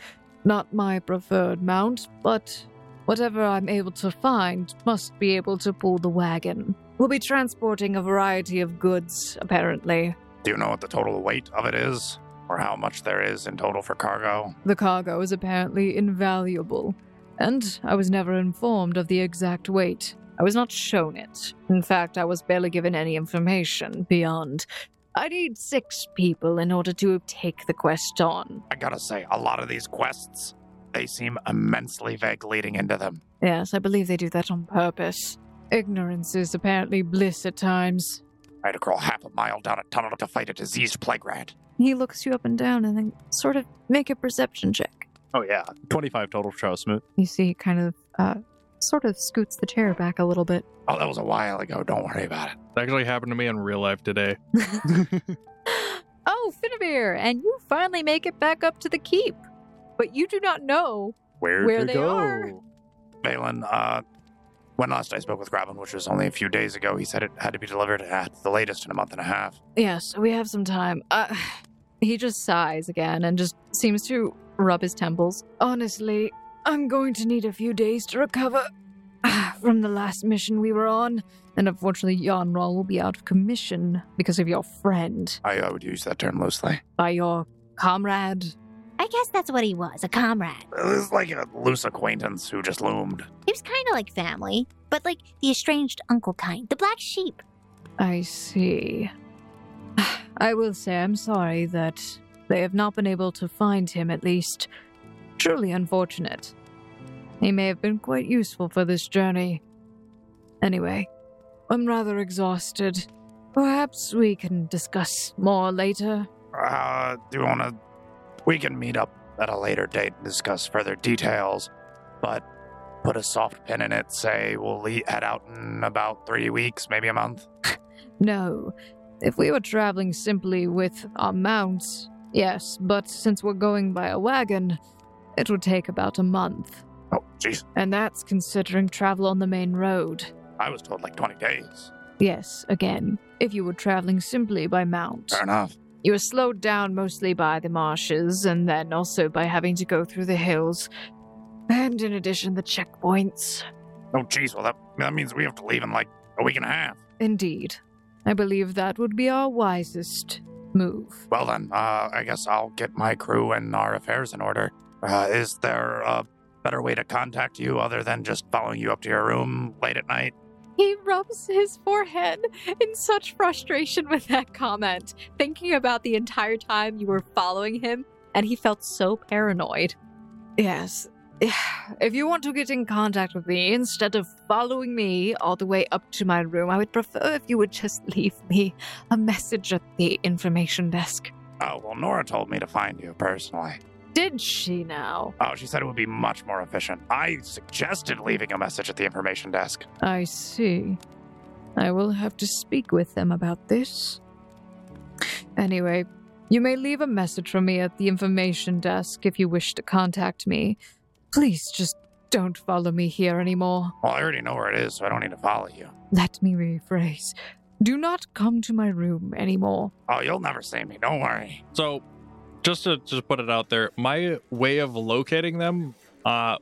Speaker 7: not my preferred mount, but whatever I'm able to find must be able to pull the wagon. We'll be transporting a variety of goods, apparently.
Speaker 3: Do you know what the total weight of it is, or how much there is in total for cargo?
Speaker 7: The cargo is apparently invaluable, and I was never informed of the exact weight. I was not shown it. In fact, I was barely given any information beyond. I need six people in order to take the quest on.
Speaker 3: I gotta say, a lot of these quests, they seem immensely vague leading into them.
Speaker 7: Yes, I believe they do that on purpose. Ignorance is apparently bliss at times.
Speaker 3: I had to crawl half a mile down a tunnel to fight a diseased plague rat.
Speaker 7: He looks you up and down and then sort of make a perception check.
Speaker 2: Oh yeah, twenty-five total for Charles Smoot.
Speaker 5: You see, he kind of, uh, sort of scoots the chair back a little bit.
Speaker 3: Oh, that was a while ago. Don't worry about it.
Speaker 4: That actually happened to me in real life today.
Speaker 5: Oh, Finavir, and you finally make it back up to the keep. But you do not know.
Speaker 2: Where,
Speaker 5: Where
Speaker 2: to
Speaker 5: they
Speaker 2: go?
Speaker 5: are.
Speaker 3: Balin, uh, when last I spoke with Graben, which was only a few days ago, he said it had to be delivered at the latest in a month and a half.
Speaker 7: Yes, we have some time. Uh,
Speaker 5: (sighs) He just sighs again and just seems to rub his temples.
Speaker 7: honestly, I'm going to need a few days
Speaker 5: (sighs)
Speaker 7: to recover from the last mission we were on.
Speaker 5: And unfortunately, Yarnrol will be out of commission because of your friend.
Speaker 3: I, I would use that term loosely.
Speaker 5: By your comrade.
Speaker 6: I guess that's what he was, a comrade.
Speaker 3: It was like a loose acquaintance who just loomed.
Speaker 6: He was kind of like family, but like the estranged uncle kind, the black sheep.
Speaker 7: I see. (sighs) I will say I'm sorry that they have not been able to find him, at least. Truly unfortunate. He may have been quite useful for this journey. Anyway, I'm rather exhausted. Perhaps we can discuss more later.
Speaker 3: Uh, do you want to? We can meet up at a later date and discuss further details, but put a soft pin in it. Say we'll le- head out in about three weeks, maybe a month.
Speaker 7: No. If we were traveling simply with our mounts, yes, but since we're going by a wagon, it would take about a month.
Speaker 3: Oh, jeez,
Speaker 7: And that's considering travel on the main road.
Speaker 3: I was told like 20 days.
Speaker 7: Yes, again, if you were traveling simply by mount.
Speaker 3: Fair enough.
Speaker 7: You were slowed down mostly by the marshes and then also by having to go through the hills. And in addition, the checkpoints.
Speaker 3: Oh, jeez, well, that, that means we have to leave in like a week and a half.
Speaker 7: Indeed. I believe that would be our wisest move.
Speaker 3: Well, then, uh, I guess I'll get my crew and our affairs in order. Uh, is there a better way to contact you other than just following you up to your room late at night?
Speaker 5: He rubs his forehead in such frustration with that comment, thinking about the entire time you were following him, and he felt so paranoid.
Speaker 7: Yes. (sighs) If you want to get in contact with me, instead of following me all the way up to my room, I would prefer if you would just (laughs) leave me a message at the information desk.
Speaker 3: Oh, well, Nora told me to find you personally.
Speaker 7: Did she now?
Speaker 3: Oh, she said it would be much more efficient. I suggested leaving a message at the information desk.
Speaker 7: I see. I will have to speak with them about this. Anyway, you may leave a message for me at the information desk if you wish to contact me. Please just don't follow me here anymore.
Speaker 3: Well, I already know where it is, so I don't need to follow you.
Speaker 7: Let me rephrase. Do not come to my room anymore.
Speaker 3: Oh, you'll never see me. Don't worry.
Speaker 4: So, just to just put it out there, my way of locating them, uh,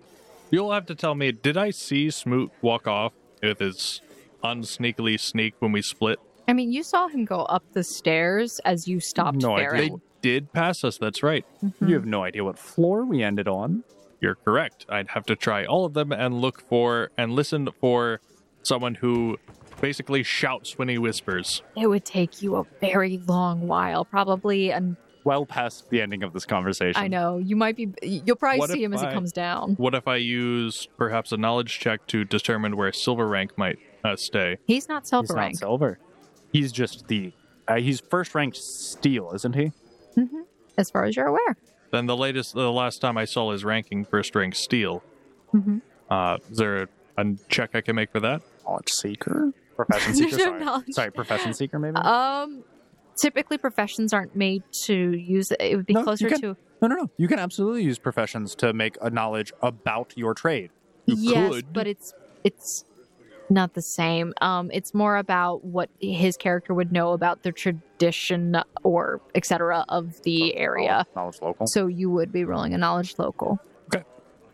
Speaker 4: you'll have to tell me. Did I see Smoot walk off with his unsneakily sneak when we split?
Speaker 5: I mean, you saw him go up the stairs as you stopped
Speaker 2: No, I
Speaker 4: I- They
Speaker 5: Farrell.
Speaker 4: did pass us. That's right.
Speaker 5: Mm-hmm.
Speaker 2: You have no idea what floor we ended on.
Speaker 4: You're correct. I'd have to try all of them and look for and listen for someone who basically shouts when he whispers.
Speaker 5: It would take you a very long while, probably. And
Speaker 2: Well past the ending of this conversation.
Speaker 5: I know you might be, you'll probably
Speaker 4: What
Speaker 5: see
Speaker 4: if
Speaker 5: him as
Speaker 4: I-
Speaker 5: he comes down.
Speaker 4: What if I use perhaps a knowledge check to determine where Silver Rank might uh, stay?
Speaker 5: He's not
Speaker 2: He's
Speaker 5: silver
Speaker 2: not
Speaker 5: rank.
Speaker 2: silver. He's just the. Uh, he's first ranked steel, isn't he?
Speaker 5: as far as you're aware.
Speaker 4: Then the latest, the last time I saw his ranking, first rank steel.
Speaker 5: Mhm.
Speaker 4: Uh, is there a check I can make for that?
Speaker 2: Knowledge seeker,
Speaker 5: (laughs)
Speaker 2: profession
Speaker 5: There's
Speaker 2: seeker.
Speaker 5: no
Speaker 2: sorry.
Speaker 5: knowledge.
Speaker 2: sorry, profession seeker. Maybe.
Speaker 5: Um, typically professions aren't made to use. It would be
Speaker 2: No, you
Speaker 5: closer
Speaker 2: can-
Speaker 5: to
Speaker 2: no, no, no. You can absolutely use professions to make a knowledge about your trade.
Speaker 4: You
Speaker 5: yes,
Speaker 4: could.
Speaker 5: but it's it's not the same. Um, it's more about what his character would know about the tradition or etc. of the area.
Speaker 2: Knowledge local.
Speaker 5: So you would be rolling a knowledge local.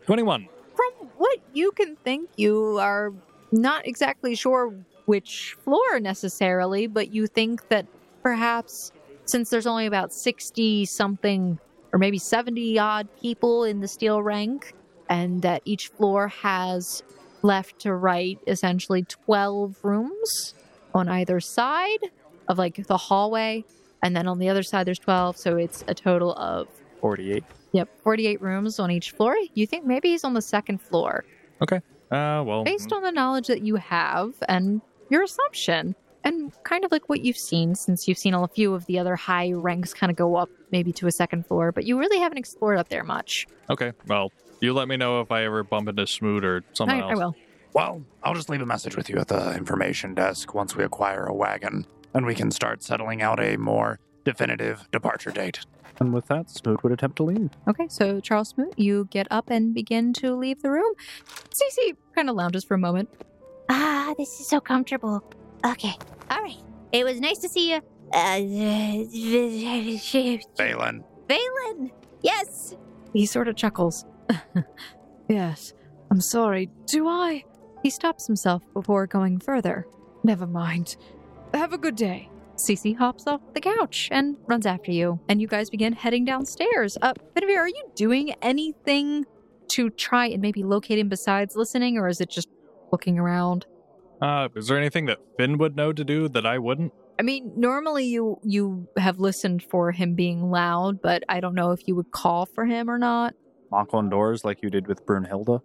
Speaker 4: Twenty-one.
Speaker 5: From what you can think, you are not exactly sure which floor necessarily, but you think that perhaps since there's only about 60 something or maybe 70 odd people in the steel rank, and that each floor has left to right essentially 12 rooms on either side of like the hallway, and then on the other side there's 12, so it's a total of
Speaker 2: Forty-eight.
Speaker 5: Yep, 48 rooms on each floor. You think maybe he's on the second floor
Speaker 4: Uh, well,
Speaker 5: based on the knowledge that you have and your assumption and kind of like what you've seen since you've seen a few of the other high ranks kind of go up maybe to a second floor but you really haven't explored up there much
Speaker 4: okay. Well, you let me know if I ever bump into Smoot or someone
Speaker 5: I,
Speaker 4: else.
Speaker 5: I will
Speaker 3: Well, I'll just leave a message with you at the information desk once we acquire a wagon, and we can start settling out a more definitive departure date.
Speaker 2: And with that, Smoot would attempt to leave.
Speaker 5: okay so charles smoot you get up and begin to leave the room cc kind of lounges for a moment
Speaker 6: Ah, this is so comfortable. Okay, all right. It was nice to see you. Uh,
Speaker 3: Valen,
Speaker 6: (laughs) Valen. Yes.
Speaker 7: He sort
Speaker 5: (laughs)
Speaker 7: of chuckles. yes, I'm sorry. Do I?
Speaker 5: he stops himself before going further
Speaker 7: Never mind. Have a good day.
Speaker 5: cc hops off the couch and runs after you and you guys begin heading downstairs up uh, Benavir, are you doing anything to try and maybe locate him besides listening or is it just looking around
Speaker 4: Uh, is there anything that Finn would know to do that I wouldn't?
Speaker 5: I mean, normally you you have listened for him being loud, but I don't know if you would call for him or not.
Speaker 2: Knock on doors like you did with Brunhilda.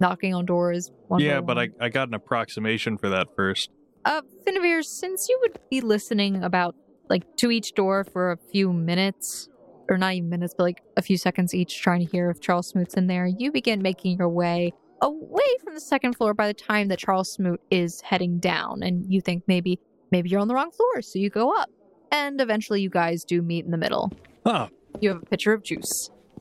Speaker 5: Knocking on doors. One by
Speaker 4: yeah, but I,
Speaker 5: one.
Speaker 4: I got an approximation for that first.
Speaker 5: uh, Finnevere, since you would be listening about like to each door for a few minutes, or not even minutes, but like a few seconds each, trying to hear if Charles Smoot's in there, you begin making your way away from the second floor by the time that Charles Smoot is heading down, and you think maybe maybe you're on the wrong floor, so you go up, and eventually you guys do meet in the middle.
Speaker 4: Huh.
Speaker 5: You have a pitcher of juice.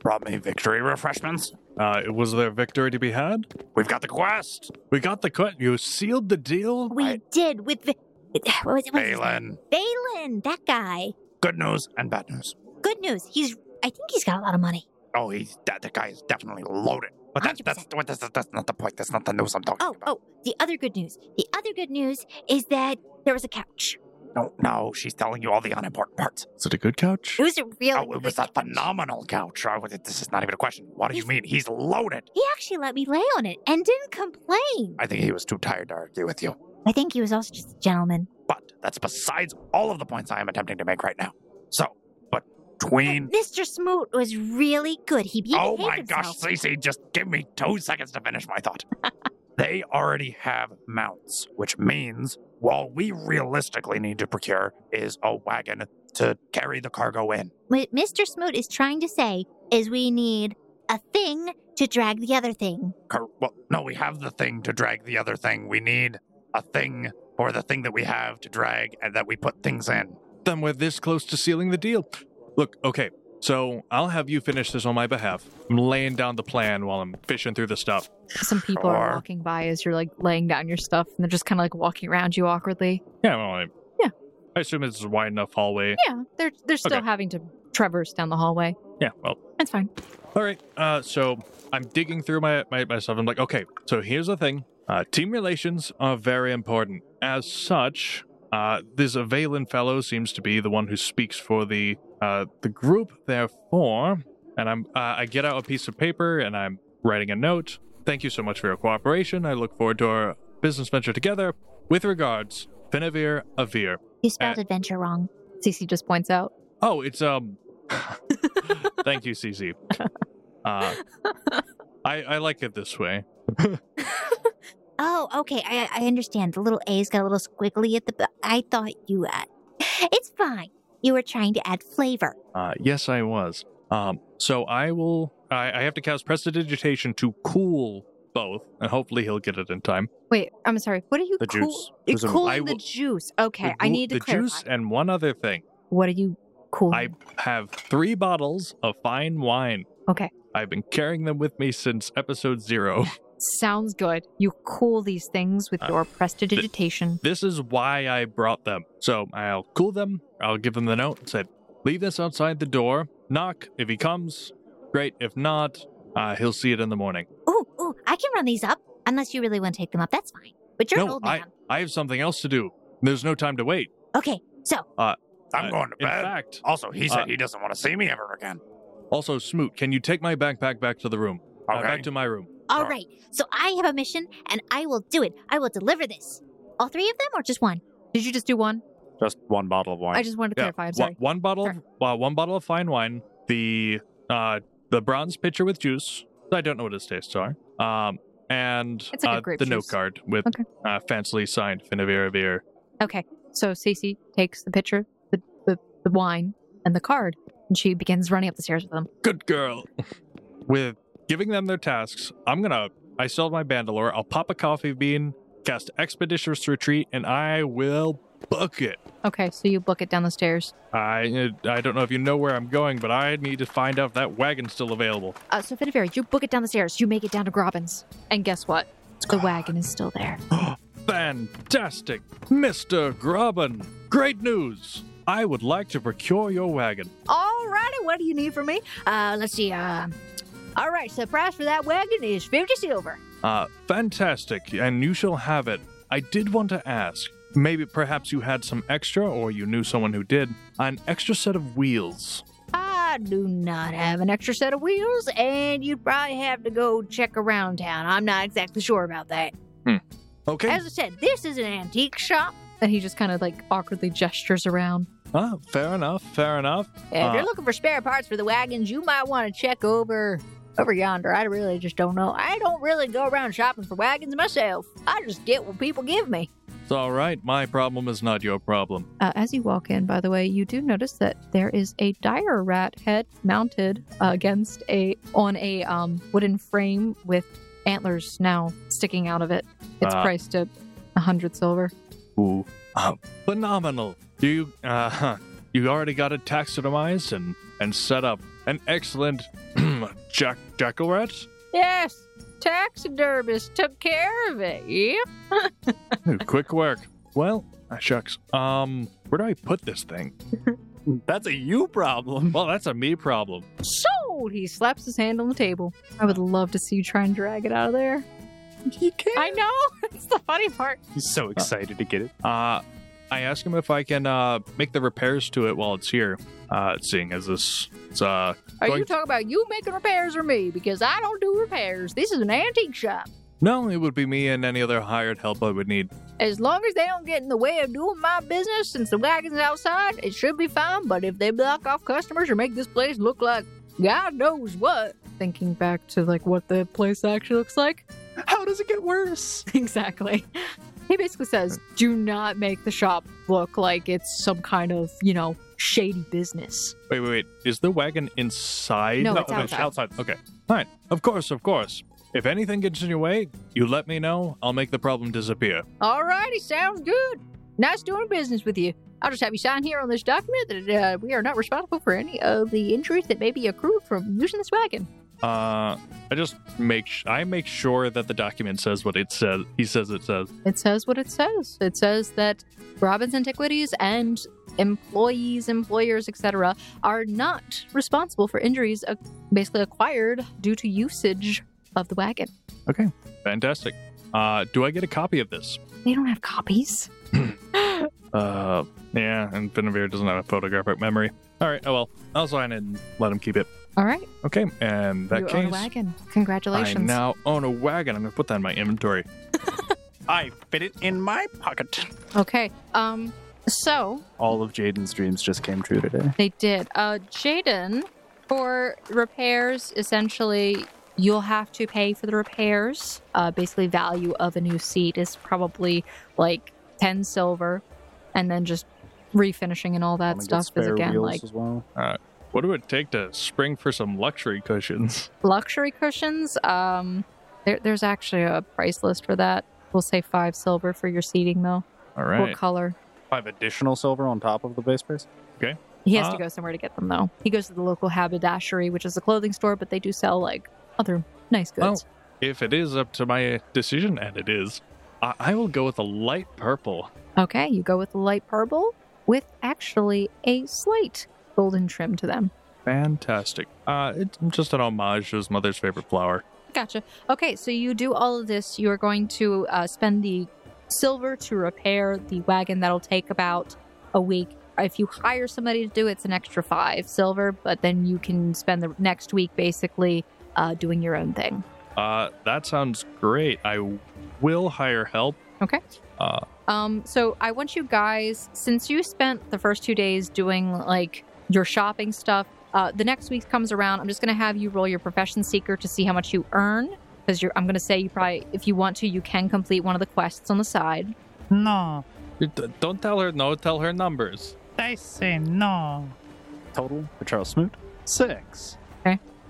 Speaker 3: brought me victory refreshments.
Speaker 4: Uh, was there victory to be had?
Speaker 3: We've got the quest.
Speaker 4: We got the cut. You sealed the deal.
Speaker 6: We
Speaker 3: I-
Speaker 6: did with the. What was it? What was his name?
Speaker 3: Valen,
Speaker 6: Valen, that guy.
Speaker 3: good news and bad news.
Speaker 6: Good news. He's. I think he's got a lot of money.
Speaker 3: Oh, he's that, that guy is definitely loaded. But that, that's, what, that's, that's not the point. That's not the news I'm talking
Speaker 6: Oh,
Speaker 3: about.
Speaker 6: oh. The other good news. The other good news is that there was a couch.
Speaker 3: No, no, she's telling you all the unimportant parts.
Speaker 4: Is it a good couch?
Speaker 6: It was a real.
Speaker 3: Oh, it was a phenomenal couch. I was- This is not even a question. What do you mean? He's loaded.
Speaker 6: He actually let me lay on it and didn't complain.
Speaker 3: I think he was too tired to argue with you.
Speaker 6: I think he was also just a gentleman.
Speaker 3: But that's besides all of the points I am attempting to make right now. So, between.
Speaker 6: Mr. Smoot was really good. (laughs) He behaved
Speaker 3: oh my
Speaker 6: himself.
Speaker 3: gosh, Cece, just give me two seconds to finish
Speaker 6: (laughs)
Speaker 3: my thought. they already have mounts, which means all we realistically need to procure is a wagon to carry the cargo in.
Speaker 6: What Mr. Smoot is trying to say is we need a thing to drag the other thing.
Speaker 3: Car- well, no, we have the thing to drag the other thing. We need a thing for the thing that we have to drag and that we put things in.
Speaker 4: Then we're this close to sealing the deal. Look, okay, so I'll have you finish this on my behalf. I'm laying down the plan while I'm fishing through the stuff.
Speaker 5: Some people are
Speaker 3: Sure.
Speaker 5: walking by as you're like laying down your stuff and they're just kind of like walking around you awkwardly.
Speaker 4: Yeah, well, I,
Speaker 5: Yeah.
Speaker 4: I assume it's a wide enough hallway.
Speaker 5: Yeah, they're they're still
Speaker 4: Okay.
Speaker 5: having to traverse down the hallway.
Speaker 4: Yeah, well,
Speaker 5: That's fine.
Speaker 4: all right. Uh, so I'm digging through my, my my stuff. I'm like, okay, so here's the thing. Uh, team relations are very important. As such, uh, this Valen fellow seems to be the one who speaks for the uh, the group. Therefore, and I'm uh, I get out a piece of paper and I'm writing a note. Thank you so much for your cooperation. I look forward to our business venture together. With regards, Finavir Avir.
Speaker 6: You spelled adventure wrong.
Speaker 5: Cece just points out.
Speaker 4: Oh, it's um. (laughs) Thank you, CC. Uh, I I like it this way.
Speaker 6: Oh, okay. I, I understand. The little A's got a little squiggly at the. b- I thought you. Uh, (laughs) it's fine. You were trying to add flavor.
Speaker 4: Uh, yes, I was. Um, so I will. I, I have to cast prestidigitation to cool both, and hopefully he'll get it in time.
Speaker 5: Wait, I'm sorry. What are you
Speaker 2: The
Speaker 5: cool-
Speaker 2: juice.
Speaker 5: It
Speaker 2: There's a-
Speaker 5: cooling
Speaker 4: I
Speaker 5: the
Speaker 4: will-
Speaker 5: juice. Okay,
Speaker 4: The
Speaker 5: I
Speaker 4: glu-
Speaker 5: need to
Speaker 4: the
Speaker 5: clarify.
Speaker 4: juice and one other thing.
Speaker 5: What are you cooling?
Speaker 4: I have three bottles of fine wine.
Speaker 5: Okay.
Speaker 4: I've been carrying them with me since episode zero.
Speaker 5: Sounds good. You cool these things with
Speaker 4: Uh,
Speaker 5: your prestidigitation.
Speaker 4: This is why I brought them. So I'll cool them. I'll give them the note and said, leave this outside the door. Knock. If he comes, great. If not, uh, he'll see it in the morning.
Speaker 6: Ooh, ooh. I can run these up. Unless you really want to take them up, that's fine. But you're an
Speaker 4: no,
Speaker 6: old
Speaker 4: I,
Speaker 6: man.
Speaker 4: I have something else to do. There's no time to wait.
Speaker 6: Okay. So
Speaker 3: I'm
Speaker 4: Uh,
Speaker 3: going to
Speaker 4: In
Speaker 3: bed.
Speaker 4: fact,
Speaker 3: also, he said
Speaker 4: uh,
Speaker 3: he doesn't want to see me ever again.
Speaker 4: also, Smoot, can you take my backpack back to the room? Uh,
Speaker 3: Okay.
Speaker 4: back to my room.
Speaker 6: all
Speaker 3: Uh,
Speaker 6: right. So I have a mission, and I will do it. I will deliver this. All three of them, or just one?
Speaker 5: Did you just do one?
Speaker 2: Just one bottle of wine.
Speaker 5: I just wanted to
Speaker 4: Yeah,
Speaker 5: clarify. I'm
Speaker 4: one,
Speaker 5: sorry.
Speaker 4: one bottle, of, uh, one bottle of fine wine. The uh, the bronze pitcher with juice. I don't know what its tastes are. Um, and
Speaker 5: It's like a
Speaker 4: uh,
Speaker 5: grape
Speaker 4: the note
Speaker 5: juice.
Speaker 4: card with
Speaker 5: Okay.
Speaker 4: uh, fancily signed Finavir Avir.
Speaker 5: Okay. So Cece takes the pitcher, the, the, the wine, and the card, and she begins running up the stairs with them.
Speaker 4: Good girl. With giving them their tasks, I'm gonna. I sell my Bandalore. I'll pop a coffee bean, cast Expeditious Retreat, and I will book it.
Speaker 5: Okay, so you book it down the stairs.
Speaker 4: I uh, I don't know if you know where I'm going, but I need to find out if that wagon's still available.
Speaker 5: Uh, so Finavir, you book it down the stairs. You make it down to Grobbins. And guess what? The wagon is still there.
Speaker 4: Fantastic, Mister Grubbin. Great news. I would like to procure your wagon.
Speaker 8: Alrighty, what do you need from me? Uh, let's see. Uh, all right, so the price for that wagon is fifty silver.
Speaker 4: Uh, fantastic, and you shall have it. I did want to ask. Maybe perhaps you had some extra, or you knew someone who did, an extra set of wheels.
Speaker 8: I do not have an extra set of wheels, and you'd probably have to go check around town. I'm not exactly sure about that.
Speaker 4: Okay.
Speaker 8: As I said, this is an antique shop.
Speaker 5: And he just kind of like awkwardly gestures around.
Speaker 4: Ah, fair enough. Fair enough.
Speaker 8: If
Speaker 4: Uh.
Speaker 8: you're looking for spare parts for the wagons, you might want to check over over yonder. I really just don't know. I don't really go around shopping for wagons myself. I just get what people give me.
Speaker 4: It's all right. My problem is not your problem.
Speaker 5: Uh, as you walk in, by the way, you do notice that there is a dire rat head mounted uh, against a on a um, wooden frame with antlers now sticking out of it. It's
Speaker 2: Uh,
Speaker 4: Ah.
Speaker 5: priced at a hundred silver.
Speaker 2: Ooh.
Speaker 4: Phenomenal. You uh, (laughs) huh, you already got it taxidermized and and set up. An excellent (clears throat) Jack Jackal rat.
Speaker 8: Yes, taxidermist took care of it. Yep.
Speaker 4: Ooh, (laughs) Quick work. Well, ah, shucks. Um, where do I put this thing?
Speaker 2: That's a you problem.
Speaker 4: Well, that's a me problem.
Speaker 8: Sold. He slaps his hand on the table.
Speaker 5: I would love to see you try and drag it out of there.
Speaker 2: He can't.
Speaker 8: (laughs)
Speaker 5: I know. That's the funny part.
Speaker 2: He's so excited to get it.
Speaker 4: Uh, I ask him if I can uh make the repairs to it while it's here. Uh, seeing as this it's uh
Speaker 8: Are
Speaker 4: Going
Speaker 8: you talking about you making repairs or me? Because I don't do repairs. This is an antique shop.
Speaker 4: no, it would be me and any other hired help I would need.
Speaker 8: As long as they don't get in the way of doing my business, since the wagon's outside, it should be fine. But if they block off customers or make this place look like God knows what,
Speaker 7: Thinking back to like what the place actually
Speaker 5: (laughs)
Speaker 7: looks like.
Speaker 3: How does it get worse?
Speaker 7: exactly. He basically says, do not make the shop look like it's some kind of, you know, shady business.
Speaker 4: Wait, wait, wait. Is the wagon inside?
Speaker 5: No,
Speaker 4: Oh,
Speaker 5: No, it's it's
Speaker 4: outside. Okay. Fine. Of course, of course. If anything gets in your way, you let me know. I'll make the problem disappear.
Speaker 8: alrighty, sounds good. Nice doing business with you. I'll just have you sign here on this document that uh, we are not responsible for any of the injuries that may be accrued from using this wagon.
Speaker 4: Uh, I just make sh- I make sure that the document says what it says. He says it says.
Speaker 5: It says what it says. It says that Robin's Antiquities and employees, employers, etc., are not responsible for injuries ac- basically acquired due to usage of the wagon.
Speaker 4: Fantastic. Uh, do I get a copy of this?
Speaker 5: They don't have copies.
Speaker 4: (clears throat) Uh, yeah. And Benavir doesn't have a photographic memory. All right. Oh well. I'll sign it and let him keep it.
Speaker 5: All right,
Speaker 4: Okay. And that
Speaker 5: you
Speaker 4: case,
Speaker 5: own a wagon.
Speaker 4: I
Speaker 5: Congratulations.
Speaker 4: now own a wagon. I'm gonna put that in my inventory.
Speaker 3: I fit it in my pocket.
Speaker 5: Okay. Um. So
Speaker 2: All of Jaden's dreams just came true today.
Speaker 5: They did. Uh, Jaden, for repairs, essentially, you'll have to pay for the repairs. Uh, basically, value of a new seat is probably like ten silver, and then just refinishing and all that
Speaker 2: Wanna get
Speaker 5: stuff is
Speaker 2: spare
Speaker 5: again
Speaker 2: wheels
Speaker 5: like
Speaker 2: as well.
Speaker 4: What would it take to spring for some luxury cushions? (laughs)
Speaker 5: luxury cushions. Um, there, there's actually a price list for that. We'll say five silver for your seating, though.
Speaker 4: All
Speaker 5: What
Speaker 4: right.
Speaker 5: color?
Speaker 2: Five additional silver on top of the base price.
Speaker 5: He has
Speaker 4: Uh,
Speaker 5: to go somewhere to get them, though. He goes to the local haberdashery, which is a clothing store, but they do sell like other nice goods.
Speaker 4: Well, if it is up to my decision, and it is, I, I will go with a light purple.
Speaker 5: Okay, you go with the light purple with actually a slight golden trim to them.
Speaker 4: Fantastic. Uh, it's just an homage to his mother's favorite flower.
Speaker 5: Gotcha. Okay, so you do all of this. You are going to uh, spend the silver to repair the wagon. That'll take about a week. If you hire somebody to do it, it's an extra five silver, but then you can spend the next week basically uh, doing your own thing.
Speaker 4: Uh, that sounds great. I will hire help.
Speaker 5: Okay.
Speaker 4: Uh,
Speaker 5: Um, so I want you guys, since you spent the first two days doing like your shopping stuff, uh, the next week comes around. I'm just going to have you roll your profession seeker to see how much you earn. Because you're, I'm going to say you probably, if you want to, you can complete one of the quests on the side.
Speaker 9: No,
Speaker 4: d- d- don't tell her no. Tell her numbers.
Speaker 9: I say no.
Speaker 2: Total for Charles Smoot, six.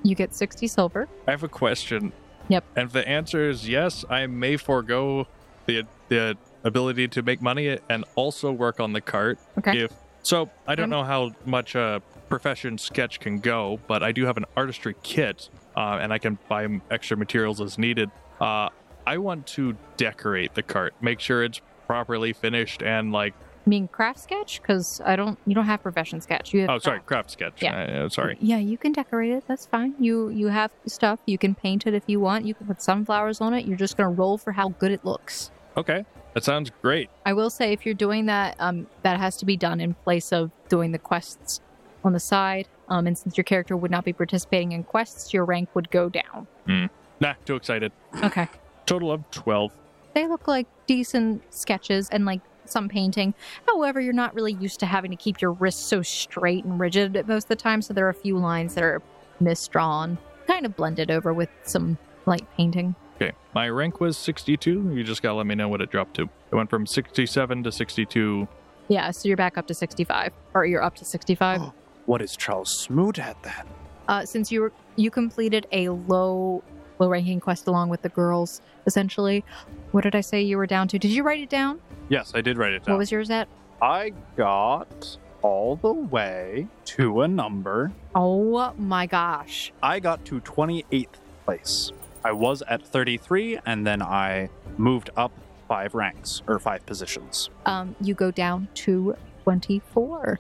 Speaker 5: You get 60 silver.
Speaker 4: I have a question.
Speaker 5: Yep.
Speaker 4: And if the answer is yes, I may forego the the ability to make money and also work on the cart.
Speaker 5: Okay.
Speaker 4: If so, I don't know how much a profession sketch can go, but I do have an artistry kit, uh, and I can buy m- extra materials as needed. Uh, I want to decorate the cart, make sure it's properly finished, and like
Speaker 5: I mean, craft sketch, because I don't, you don't have profession sketch. You have
Speaker 4: oh, sorry,
Speaker 5: craft.
Speaker 4: craft sketch.
Speaker 5: Yeah.
Speaker 4: I- I'm
Speaker 5: (laughs)
Speaker 4: sorry.
Speaker 5: Yeah, you can decorate it. That's fine. You you have stuff. You can paint it if you want. You can put sunflowers on it. You're just going to roll for how good it looks.
Speaker 4: Okay, that sounds great.
Speaker 5: I will say if you're doing that, um, that has to be done in place of doing the quests on the side. Um, and since your character would not be participating in quests, your rank would go down.
Speaker 4: Nah, too excited.
Speaker 5: Okay.
Speaker 4: Total of twelve.
Speaker 5: They look like decent sketches and like some painting. However, you're not really used to having to keep your wrists so straight and rigid at most of the time, so there are a few lines that are misdrawn, kind of blended over with some light painting.
Speaker 4: Okay, my rank was 62. You just gotta let me know what it dropped to. It went from 67 to 62.
Speaker 5: Yeah, so you're back up to 65, or you're up to 65.
Speaker 2: What is Charles Smoot at then?
Speaker 5: uh, since you were you completed a low low ranking quest along with the girls essentially what did i say you were down to did you write it down
Speaker 4: Yes, I did write it
Speaker 5: what was yours at
Speaker 2: I got all the way to a number.
Speaker 5: oh my gosh
Speaker 2: I got to 28th place. I was at 33, and then I moved up five ranks or five positions.
Speaker 5: um, you go down to 24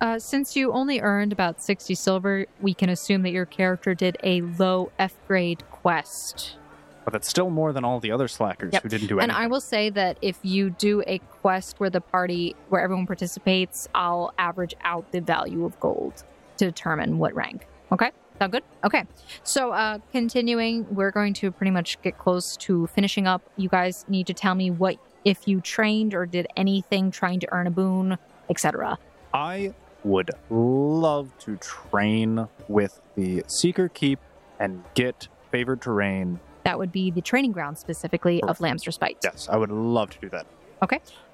Speaker 5: uh, since you only earned about 60 silver we can assume that your character did a low f grade quest
Speaker 2: But that's still more than all the other slackers
Speaker 5: Yep.
Speaker 2: who didn't do
Speaker 5: and
Speaker 2: anything.
Speaker 5: i will say that if you do a quest where the party where everyone participates i'll average out the value of gold to determine what rank okay sound good okay so uh continuing we're going to pretty much get close to finishing up you guys need to tell me what if you trained or did anything trying to earn a boon, etc.
Speaker 2: I would love to train with the Seeker Keep and get favored terrain.
Speaker 5: That would be the training ground specifically of Lamb's Respite.
Speaker 2: Yes, I would love to do that.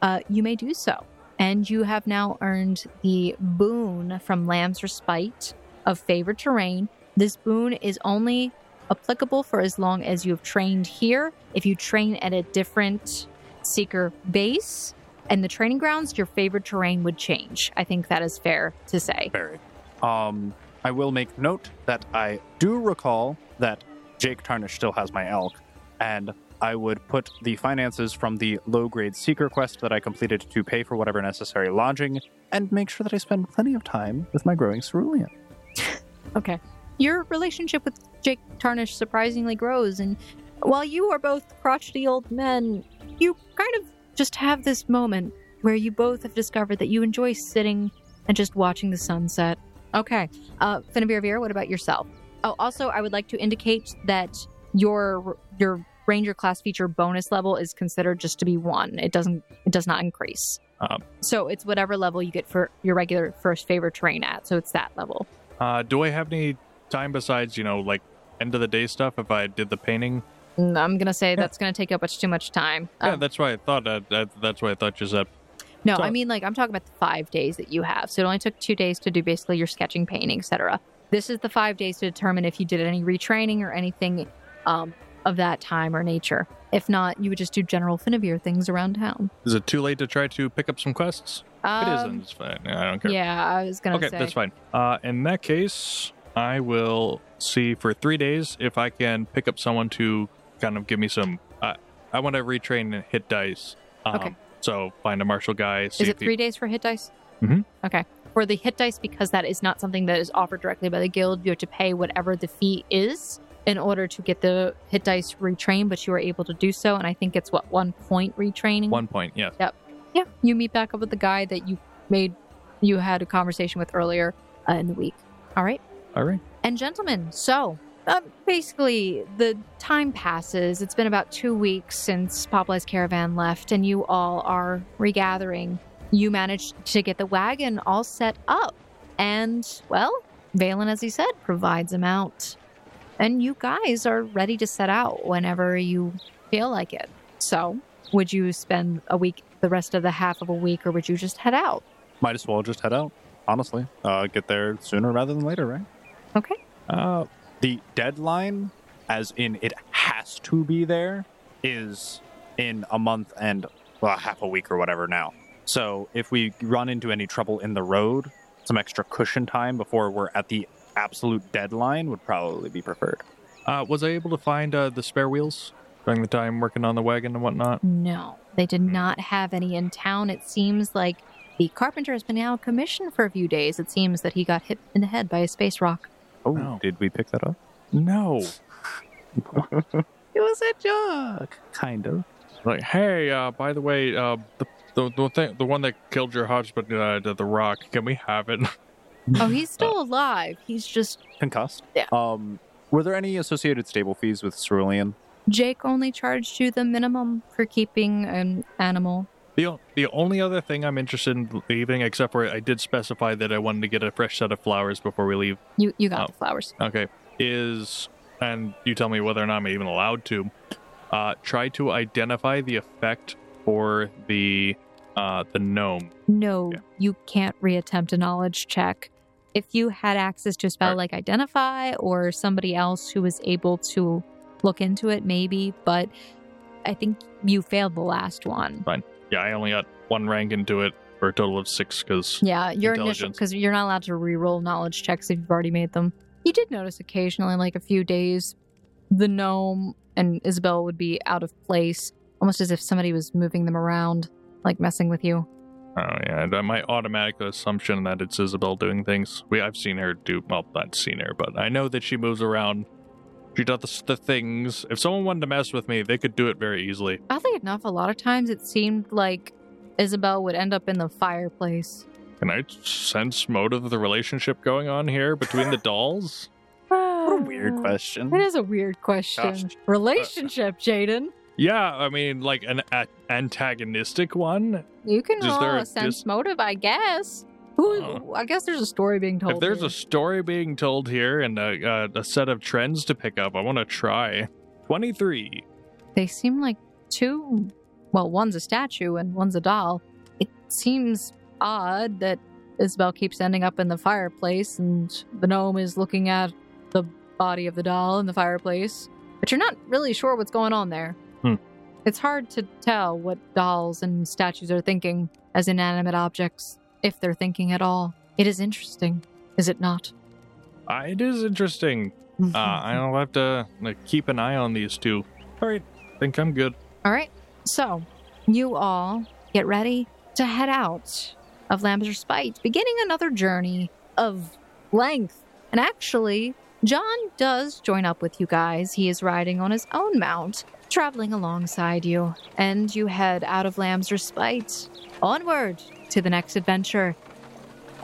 Speaker 5: Uh, you may do so. And you have now earned the boon from Lamb's Respite of Favored Terrain. This boon is only applicable for as long as you have trained here. If you train at a different seeker base and the training grounds, your favored terrain would change. I think that is fair to say.
Speaker 2: Very. Um, I will make note that I do recall that Jake Tarnish still has my elk, and I would put the finances from the low grade seeker quest that I completed to pay for whatever necessary lodging, and make sure that I spend plenty of time with my growing cerulean.
Speaker 5: Okay. Your relationship with Jake Tarnish surprisingly grows, and while you are both crotchety old men, you kind of just have this moment where you both have discovered that you enjoy sitting and just watching the sunset. Okay. Uh, Finnevere Veer, what about yourself? Oh, also, I would like to indicate that your your ranger class feature bonus level is considered just to be one. It doesn't it does not increase.
Speaker 4: Uh.
Speaker 5: so it's whatever level you get for your regular first favorite terrain at. So it's that level.
Speaker 4: Uh, do I have any time besides, you know, like end of the day stuff if I did the painting?
Speaker 5: Mm, I'm gonna say that's gonna take up much too much time.
Speaker 4: yeah,
Speaker 5: Um,
Speaker 4: that's why I thought. Uh, that, that's why I thought you said.
Speaker 5: no,
Speaker 4: so-
Speaker 5: I mean like I'm talking about the five days that you have. So it only took two days to do basically your sketching, painting, etc. This is the five days to determine if you did any retraining or anything um, of that time or nature. If not, you would just do general Finevere things around town.
Speaker 4: Is it too late to try to pick up some quests? it
Speaker 5: um,
Speaker 4: isn't. It's fine. I don't care.
Speaker 5: Yeah, I was gonna
Speaker 4: okay,
Speaker 5: say.
Speaker 4: that's fine. Uh, in that case, I will see for three days if I can pick up someone to kind of give me some. Uh, I want to retrain and hit dice. Um,
Speaker 5: Okay.
Speaker 4: So find a martial guy. See
Speaker 5: Is it
Speaker 4: if he-
Speaker 5: three days for hit dice?
Speaker 4: Mhm.
Speaker 5: Okay. For the hit dice, because that is not something that is offered directly by the guild, you have to pay whatever the fee is in order to get the hit dice retrained, but you are able to do so. And I think it's what, one point retraining?
Speaker 4: One point. Yes.
Speaker 5: Yeah. You meet back up with the guy that you made, you had a conversation with earlier uh, in the week. All right.
Speaker 4: All right.
Speaker 5: And gentlemen, so um, basically, the time passes. It's been about two weeks since Pablo's caravan left, and you all are regathering. You managed to get the wagon all set up, and well, Valen, as he said, provides them out. And you guys are ready to set out whenever you feel like it. So, would you spend a week, the rest of the half of a week, or would you just head out?
Speaker 2: Might as well just head out, honestly. Uh, get there sooner rather than later, right?
Speaker 5: Okay.
Speaker 2: Uh, the deadline, as in it has to be there, is in a month and well, half a week or whatever now. So if we run into any trouble in the road, some extra cushion time before we're at the absolute deadline would probably be preferred.
Speaker 4: Uh, was I able to find uh, the spare wheels during the time working on the wagon and whatnot?
Speaker 5: No, they did not have any in town. It seems like the carpenter has been out of commission for a few days. It seems that he got hit in the head by a space rock.
Speaker 2: Oh,
Speaker 4: No.
Speaker 2: did we pick that up?
Speaker 4: No.
Speaker 2: (laughs) It was a joke, kind of.
Speaker 4: Like, hey, uh, by the way, uh, the the the, thing, the one that killed your husband, uh, the, the rock. Can we have it? (laughs)
Speaker 5: Oh, he's still alive. He's just
Speaker 2: Concussed.
Speaker 5: Yeah.
Speaker 2: Um, were there any associated stable fees with Cerulean?
Speaker 5: Jake only charged you the minimum for keeping an animal.
Speaker 4: The, o- the only other thing I'm interested in leaving, except for I did specify that I wanted to get a fresh set of flowers before we leave.
Speaker 5: You you got
Speaker 4: Oh.
Speaker 5: the flowers.
Speaker 4: Okay. Is, and you tell me whether or not I'm even allowed to, uh, try to identify the effect for the, uh, the gnome.
Speaker 5: No,
Speaker 4: Yeah.
Speaker 5: you can't reattempt a knowledge check. If you had access to a spell
Speaker 4: Alright.
Speaker 5: like Identify or somebody else who was able to look into it, maybe, but I think you failed the last one.
Speaker 4: Yeah, I only got one rank into it for a total of six because
Speaker 5: Yeah, your initial
Speaker 4: Intelligence.
Speaker 5: because you're not allowed to re-roll knowledge checks if you've already made them. You did notice occasionally, like a few days, the gnome and Isabel would be out of place, almost as if somebody was moving them around, like messing with you.
Speaker 4: Oh yeah, and my automatic assumption that it's Isabel doing things. We I've seen her do well, not seen her, but I know that she moves around. She does the, the things. If someone wanted to mess with me, they could do it very easily.
Speaker 5: Oddly enough, a lot of times it seemed like Isabel would end up in the fireplace.
Speaker 4: Can I sense motive of the relationship going on here between the dolls?
Speaker 5: (sighs)
Speaker 9: Mm.
Speaker 2: What a weird question.
Speaker 5: It is a weird question.
Speaker 2: Gosh.
Speaker 5: Relationship, Jaden.
Speaker 4: Yeah, I mean, like an a- antagonistic one.
Speaker 5: You can
Speaker 4: Is
Speaker 5: roll
Speaker 4: there
Speaker 5: a
Speaker 4: a
Speaker 5: sense
Speaker 4: dis-
Speaker 5: motive, I guess.
Speaker 7: Who?
Speaker 4: Oh.
Speaker 7: I guess there's a story being told.
Speaker 4: if there's
Speaker 7: here.
Speaker 4: a story being told here and a, a, a set of trends to pick up, I want to try. 23.
Speaker 5: They seem like two. Well, one's a statue and one's a doll. It seems odd that Isabel keeps ending up in the fireplace and the gnome is looking at the body of the doll in the fireplace. But you're not really sure what's going on there.
Speaker 4: Hmm.
Speaker 5: It's hard to tell what dolls and statues are thinking as inanimate objects, if they're thinking at all. It is interesting, is it not?
Speaker 4: Uh, it is interesting. Uh, I'll have to like, keep an eye on these two. All right, think I'm good.
Speaker 5: All right. So, you all get ready to head out of Lambster Spite, beginning another journey of length. And actually, John does join up with you guys. He is riding on his own mount, traveling alongside you, and you head out of Lambster Spite onward to the next adventure.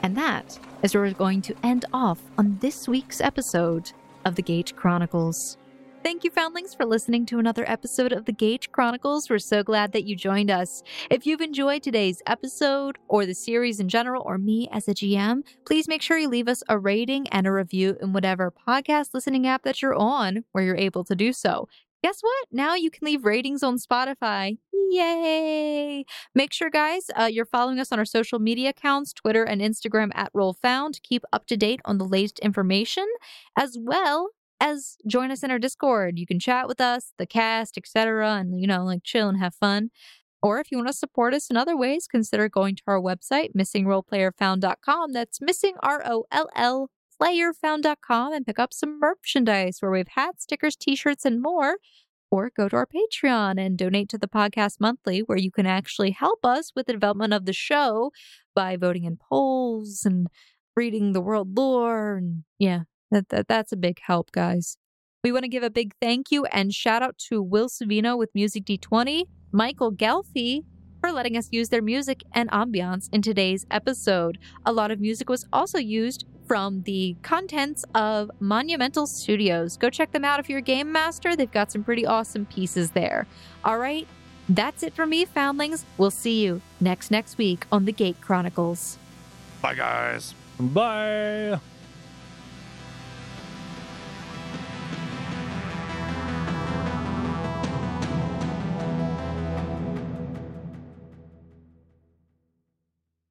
Speaker 5: And that is where we're going to end off on this week's episode of The Gate Chronicles. Thank you, Foundlings, for listening to another episode of The Gage Chronicles. We're so glad that you joined us. If you've enjoyed today's episode or the series in general, or me as a GM, please make sure you leave us a rating and a review in whatever podcast listening app that you're on where you're able to do so. Guess what? Now you can leave ratings on Spotify. Yay! Make sure, guys, uh, you're following us on our social media accounts Twitter and Instagram at RollFound. to Keep up to date on the latest information, as well as join us in our Discord. You can chat with us, the cast, etc., and you know, like chill and have fun. Or if you want to support us in other ways, consider going to our website, missingroleplayerfound.com. That's missing R O L L playerfound.com and pick up some merchandise where we've hats, stickers, t-shirts, and more. Or go to our Patreon and donate to the podcast monthly, where you can actually help us with the development of the show by voting in polls and reading the world lore and yeah, that, that that's a big help, guys. We want to give a big thank you and shout out to Will Savino with Music D20, Michael Gelfi for letting us use their music and ambiance in today's episode. A lot of music was also used from the contents of Monumental Studios. Go check them out if you're a game master. They've got some pretty awesome pieces there. All right, that's it for me, Foundlings. We'll see you next next week on the Gate Chronicles.
Speaker 3: Bye, guys.
Speaker 4: Bye.